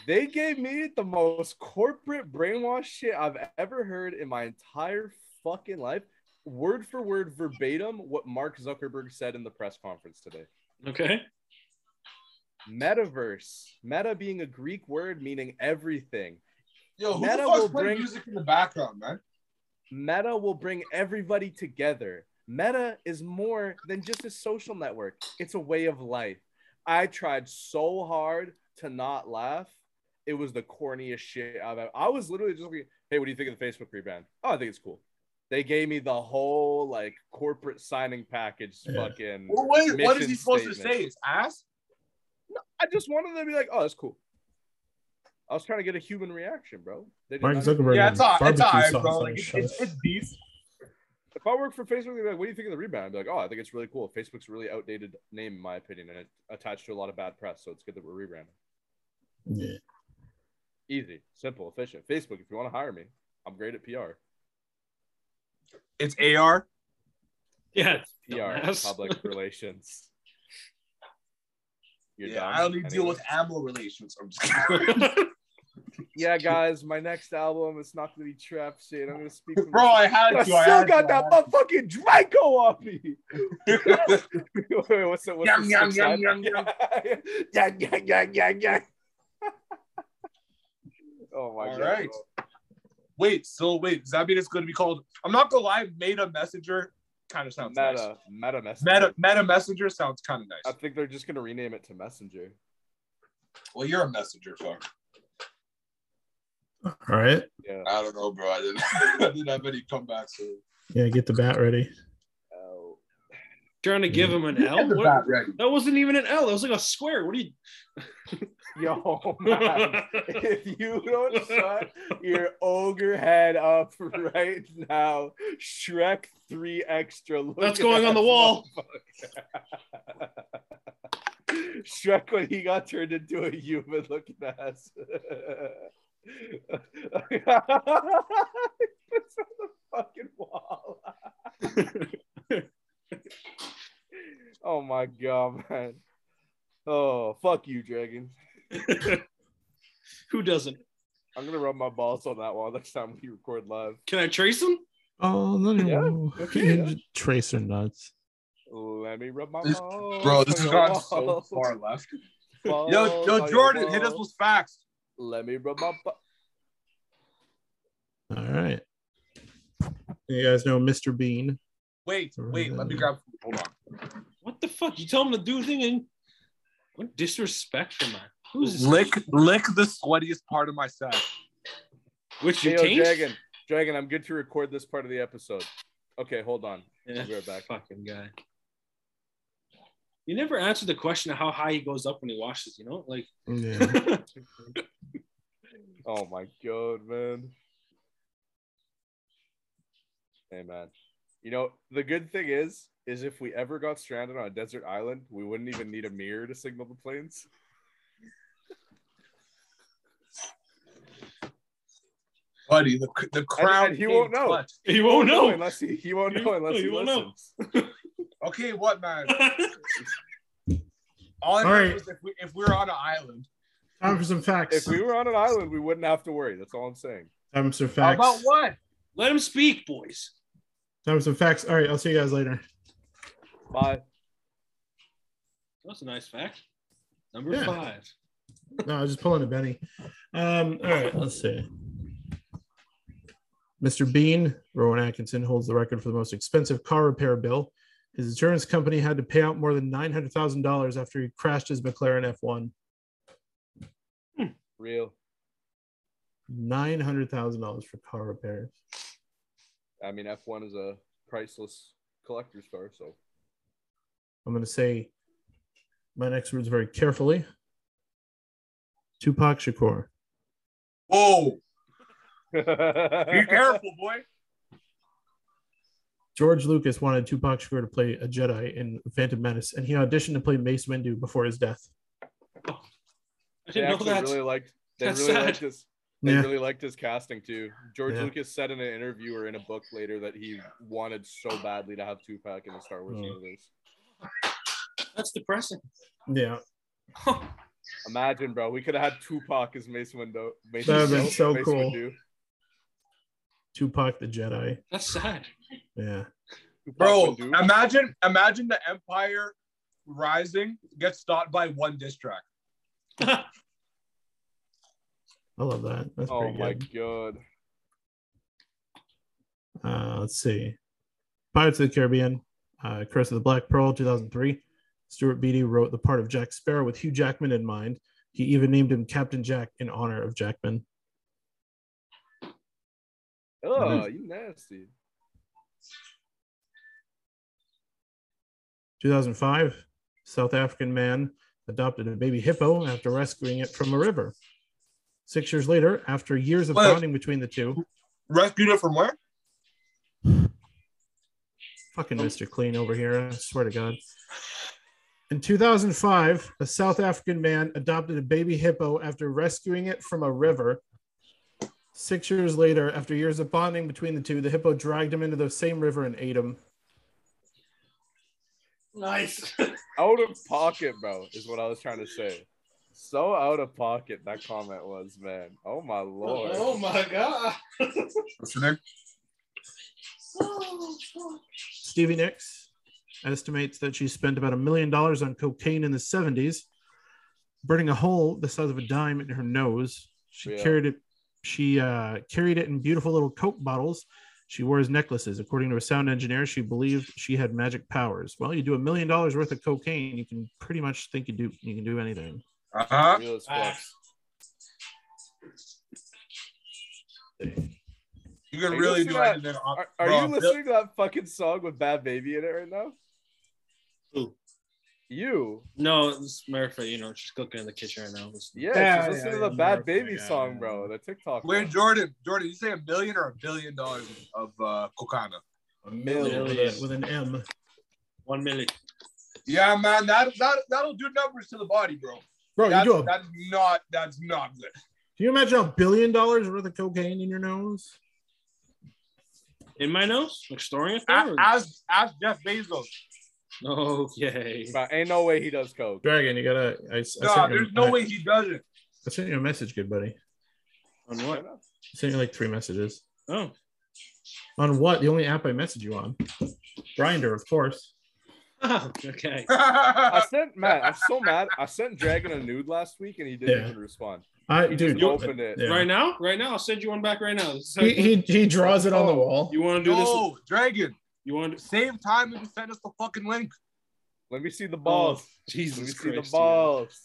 D: They gave me the most corporate brainwash shit I've ever heard in my entire fucking life. Word for word, verbatim, what Mark Zuckerberg said in the press conference today.
B: Okay.
D: Metaverse, meta being a Greek word meaning everything.
A: Yo, who
D: Meta
A: the fuck's
D: will
A: playing
D: bring-
A: music in the background, man?
D: Meta will bring everybody together. Meta is more than just a social network, it's a way of life. I tried so hard to not laugh. It was the corniest shit I've ever. I was literally just like, hey, what do you think of the Facebook rebrand? Oh, I think it's cool. They gave me the whole like corporate signing package.
C: Yeah.
D: Fucking.
A: Well, wait, what is
D: mission
A: he supposed to
D: statement.
A: say? His ass?
D: I just wanted them to be like, oh, that's cool. I was trying to get a human reaction, bro. They did
C: Mark
D: not-
C: Zuckerberg.
A: yeah, it's all, it's
C: barbecue
A: all right,
C: sauce
A: bro.
C: on
A: Like,
C: his
A: it's,
C: shirt.
A: it's, it's beef.
D: If I work for Facebook, they'd be like, what do you think of the rebound? I'd be like, oh, I think it's really cool. Facebook's a really outdated name, in my opinion, and it attached to a lot of bad press. So it's good that we're rebranding.
C: Yeah.
D: Easy, simple, efficient. Facebook, if you want to hire me, I'm great at PR.
A: It's AR.
B: Yeah.
D: PR,
B: Dumbass.
D: public relations. You're
A: yeah,
D: done?
A: I only deal
D: Anyway.
A: with AMLO relations. I'm just kidding.
D: Yeah, guys, my next album, it's not going to be trap shit. I'm going to speak. from-
A: bro, I had to.
D: I
A: I
D: still
A: had
D: got
A: to,
D: that motherfucking Draco off me. Wait, what's the, what's
A: Yum,
D: the
A: yum,
D: six
A: yum,
D: line?
A: yum, yum.
D: yeah, yeah, yeah, yeah, yeah. oh my
A: All
D: god.
A: right. Wait, so wait, does that mean it's going to be called? I'm not gonna lie, Meta Messenger kind of sounds nice.
D: Meta, meta messenger.
A: Meta Meta Messenger sounds kind of
D: I
A: nice.
D: think they're just gonna rename it to Messenger.
A: Well, you're a messenger, fuck.
C: All right.
D: Yeah.
A: I don't know, bro. I didn't, I didn't have any comebacks. So.
C: Yeah, get the bat ready.
D: Oh.
B: Trying to give him an L.
A: Get the
B: What-
A: bat ready.
B: That wasn't even an L. That was like a square. What are you?
D: Yo, man, if you don't shut your ogre head up right now, Shrek three extra. Look
B: That's
D: at
B: going on
D: that
B: the wall.
D: motherfucker. Shrek when he got turned into a human looking ass. It's on the fucking wall. oh my god, man. Oh fuck you, Dragon.
B: Who doesn't?
D: I'm gonna rub my balls on that wall next time we record live.
B: Can I trace him?
C: Oh no, no,
D: Yeah,
C: no.
D: okay, yeah.
C: tracer nuts.
D: Let me rub my
A: This-
D: balls.
A: Bro, this has
D: on your
A: gone so
D: balls.
A: far left.
D: Balls
A: Yo,
D: on
A: yo,
D: your
A: Jordan, hit us
D: balls.
A: with facts.
D: Let me rub my. Bu-
C: All right. You guys know Mr. Bean.
A: Wait, wait, let me grab. Hold on.
B: What the fuck? You tell him to do thing and what disrespectful man? Who's this?
A: Lick, lick the sweatiest part of my sack.
B: Which you
D: Yo,
B: taint?
D: Dragon, Dragon, I'm good to record this part of the episode. Okay, hold on.
B: Yeah.
D: We're back.
B: Fucking guy. You never answered the question of how high he goes up when he washes, you know? Like,
C: Yeah.
D: Oh my god, man. Hey man. You know, the good thing is, is if we ever got stranded on a desert island, we wouldn't even need a mirror to signal the planes.
A: buddy. The, the crown.
D: and he
A: came
D: won't know.
A: clutch.
B: he won't know.
D: unless he, he won't
B: He-
D: know unless
B: no,
D: he,
B: he won't know.
D: listens.
A: Okay, what man? All I
C: All
A: know
C: right.
A: is if we if we're on an island,
C: Time for some facts.
D: If we were on an island, we wouldn't have to worry. That's all I'm saying.
C: Time for some
A: how
C: facts.
A: about what?
B: Let him speak, boys.
C: Time for some facts. All right, I'll see you guys later.
D: Bye.
B: That's a nice fact. Number
C: Yeah.
B: five.
C: No, I was just pulling a Benny. Um, all right, let's see. Mr. Bean, Rowan Atkinson, holds the record for the most expensive car repair bill. His insurance company had to pay out more than nine hundred thousand dollars after he crashed his McLaren F one.
D: Real.
C: Nine hundred thousand dollars for car repairs.
D: I mean, F1 is a priceless collector's car, so
C: I'm going to say my next words very carefully. Tupac Shakur.
A: Whoa! Be
D: be
A: careful, boy.
C: George Lucas wanted Tupac Shakur to play a Jedi in Phantom Menace, and he auditioned to play Mace Windu before his death.
B: I
D: They
B: didn't know
D: actually
B: that.
D: really liked they
B: That's
D: really
B: sad.
D: liked his They
C: Yeah.
D: really liked his casting too. George
C: Yeah.
D: Lucas said in an interview or in a book later that he wanted so badly to have Tupac in the Star Wars
C: Mm.
D: universe.
B: That's depressing.
C: Yeah.
D: Imagine, bro, we could have had Tupac as Mace Windu. Mace
C: That'd have been
D: Windu-
C: so
D: Mace
C: cool.
D: Windu.
C: Tupac the Jedi.
B: That's sad.
C: Yeah.
D: Tupac
A: Bro,
D: Windu.
A: imagine imagine the Empire rising gets stopped by one diss track.
C: I love that. That's
D: oh
C: pretty
D: my
C: good.
D: god.
C: Uh, let's see. Pirates of the Caribbean, uh, Curse of the Black Pearl, 2003. Stuart Beatty wrote the part of Jack Sparrow with Hugh Jackman in mind. He even named him Captain Jack in honor of Jackman.
D: Oh,
C: Mm-hmm.
D: you nasty.
C: 2005, South African man adopted a baby hippo after rescuing it from a river. Six years later, after years of
A: Well-
C: bonding between the two,
A: Rescued it from where?
C: fucking Mr. Clean over here, I swear to God. In 2005, a South African man adopted a baby hippo after rescuing it from a river. Six years later, after years of bonding between the two, the hippo dragged him into the same river and ate him.
B: nice.
D: Out of pocket, bro, is what I was trying to say. So out of pocket that comment was, man. Oh my lord.
E: Oh my god.
A: What's your name?
C: Stevie Nicks estimates that she spent about a million dollars on cocaine in the 70s, burning a hole the size of a dime in her nose. She
D: Yeah.
C: carried it. She uh, carried it in beautiful little coke bottles. She wore as necklaces. According to a sound engineer, she believed she had magic powers. Well, you do a million dollars worth of cocaine, you can pretty much think you do. You can do anything.
A: Uh-huh.
D: Real as fuck.
A: You can
D: Are you
A: really do
D: listening to
A: anything.
D: Are, are
A: Bro,
D: you
A: Bill-
D: listening to that fucking song with Bad Baby in it right now?
B: Who?
D: You.
B: No, it's Murphy, you know, she's cooking in the kitchen right now.
D: Yeah,
C: Yeah,
D: just listen
C: yeah,
D: to the
C: yeah,
D: Bad
C: yeah,
D: Baby
C: yeah,
D: song,
C: yeah.
D: bro. The TikTok.
A: Wait,
D: one.
A: Jordan, Jordan, you say a million or a billion dollars of uh, cocaine?
C: A million with, a- with an M.
B: One minute.
A: Yeah, man, that that that'll do numbers to the body, bro.
C: Bro,
A: That's,
C: Oh, you do. A,
A: that's not that's not good.
C: can you imagine a billion dollars worth of cocaine in your nose?
B: In my nose? Like storing it
A: A-
B: for?
A: Ask ask Jeff Bezos.
B: Okay.
D: Bro, ain't no way he does coke.
C: Dragon, you gotta. I, I
A: Nah,
C: sent you-
A: there's no
C: I-
A: way he doesn't.
C: I sent you a message, good buddy.
B: On what?
C: I sent you like three messages.
B: Oh.
C: On what? The only app I message you on. Grinder, of course.
B: okay.
D: I sent Matt. I'm so mad. I sent Dragon a nude last week and he didn't
C: Yeah.
D: even respond.
C: I
D: He
C: dude,
D: just opened it.
C: yeah.
B: Right now? Right now? I'll send you one back right now. This is how-
C: He, he he draws it on the wall.
B: Oh, you want to do this?
A: No, Dragon,
B: You want to
A: same time and send us the fucking link.
D: Let me see
C: Oh,
D: the balls. Let me
B: Oh, Jesus
D: see
B: Christ.
D: the
B: yeah.
D: balls.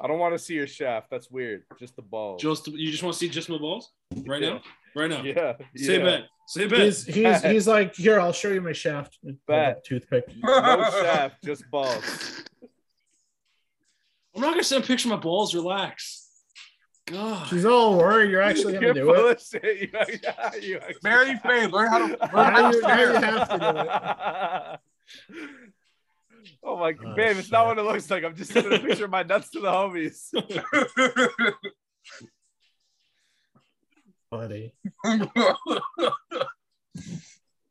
D: I don't want to see your shaft. That's weird. Just the balls.
B: Just you just want to see just my balls right now? right now.
D: Yeah.
B: Say
D: yeah.
B: bet. Say bet.
C: He's he's he's like here. I'll show you my shaft.
D: Bad.
C: Toothpick.
D: No shaft, just balls.
B: I'm not gonna send a picture of my balls. Relax. God.
C: She's all worried. You're actually gonna
D: You're
C: do
D: full
C: it.
D: of shit. You- yeah, you actually-
A: Mary Faye, learn how to. Learn
C: Now
A: how to
C: you, now you
A: fire.
C: have to do it.
D: Oh my,
C: Oh,
D: babe, it's not
C: shit.
D: what it looks like. I'm just sending a picture of my nuts to the homies.
C: buddy.
A: All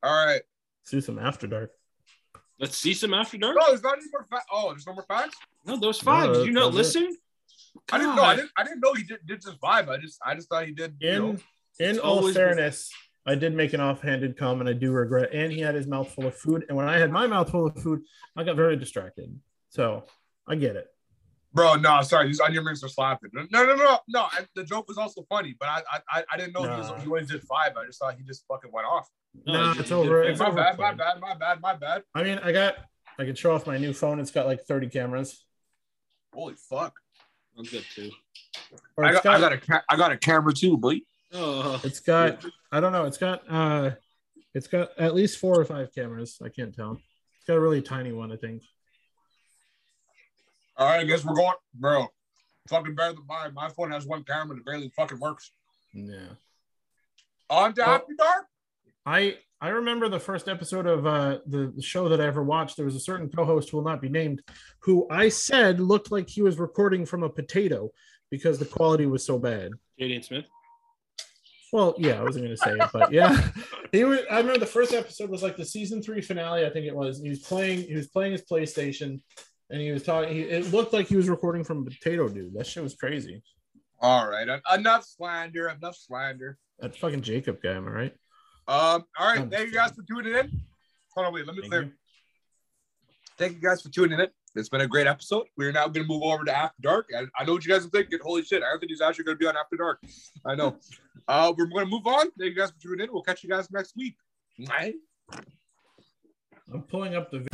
A: right.
C: Let's do some after dark.
B: Let's see some after dark.
A: No, there's not any more facts. Oh, there's no more facts.
B: No, those five.
C: No,
B: Did you not
C: that's
B: listen?
A: I didn't know. I
B: God.
A: didn't. I didn't know he did, did just vibe. I just. I just thought he did. You know.
C: In in
B: It's
C: all
B: always-
C: fairness, I did make an offhanded comment. I do regret. And he had his mouth full of food. And when I had my mouth full of food, I got very distracted. So I get it.
A: Bro, no, sorry. These onion rings are slapping. No, no, no, no. no and the joke was also funny, but I, I, I- I didn't know he
C: Nah.
A: was he always did vibe. I just thought he just fucking went off.
B: No,
C: nah,
B: you-
C: it's
B: you
C: over.
B: did.
C: It's
A: my
C: over.
A: bad. My bad. My bad. My bad.
C: I mean, I got. I can show off my new phone. It's got like 30 cameras.
A: Holy fuck.
B: I'm good too.
C: Or
A: I
C: it's
A: got, I got a ca- I got a camera too, boy.
B: Oh,
C: It's got I don't know, it's got uh it's got at least four or five cameras. I can't tell. It's got a really tiny one, I think.
A: All right, I guess we're going, bro. Fucking better than mine. My phone has one camera that barely fucking works.
C: Yeah.
A: On to
C: Oh.
A: After Dark.
C: I I remember the first episode of uh the, the show that I ever watched. There was a certain co-host who will not be named who I said looked like he was recording from a potato because the quality was so bad.
B: Jaden Smith.
C: Well, yeah, I wasn't gonna say it, but yeah, he was. I remember the first episode was like the season three finale, I think it was. He was playing. He was playing his PlayStation, and he was talking. He, it looked like he was recording from a potato dude. That shit was crazy.
A: All right, en- enough slander. Enough slander.
C: That fucking Jacob guy, am I right?
A: Um. All right,
C: I'm
A: thank you
C: just
A: guys for tuning in. Hold on, wait. Let me
C: Thank
A: clear.
C: you.
A: Thank you guys for tuning in. It's been a great episode. We're now going to move over to After Dark. I, I know what you guys are thinking. Holy shit, Anthony's actually going to be on After Dark. I know. Uh, we're going to move on. Thank you guys for tuning in. We'll catch you guys next week. Bye.
C: I'm pulling up the.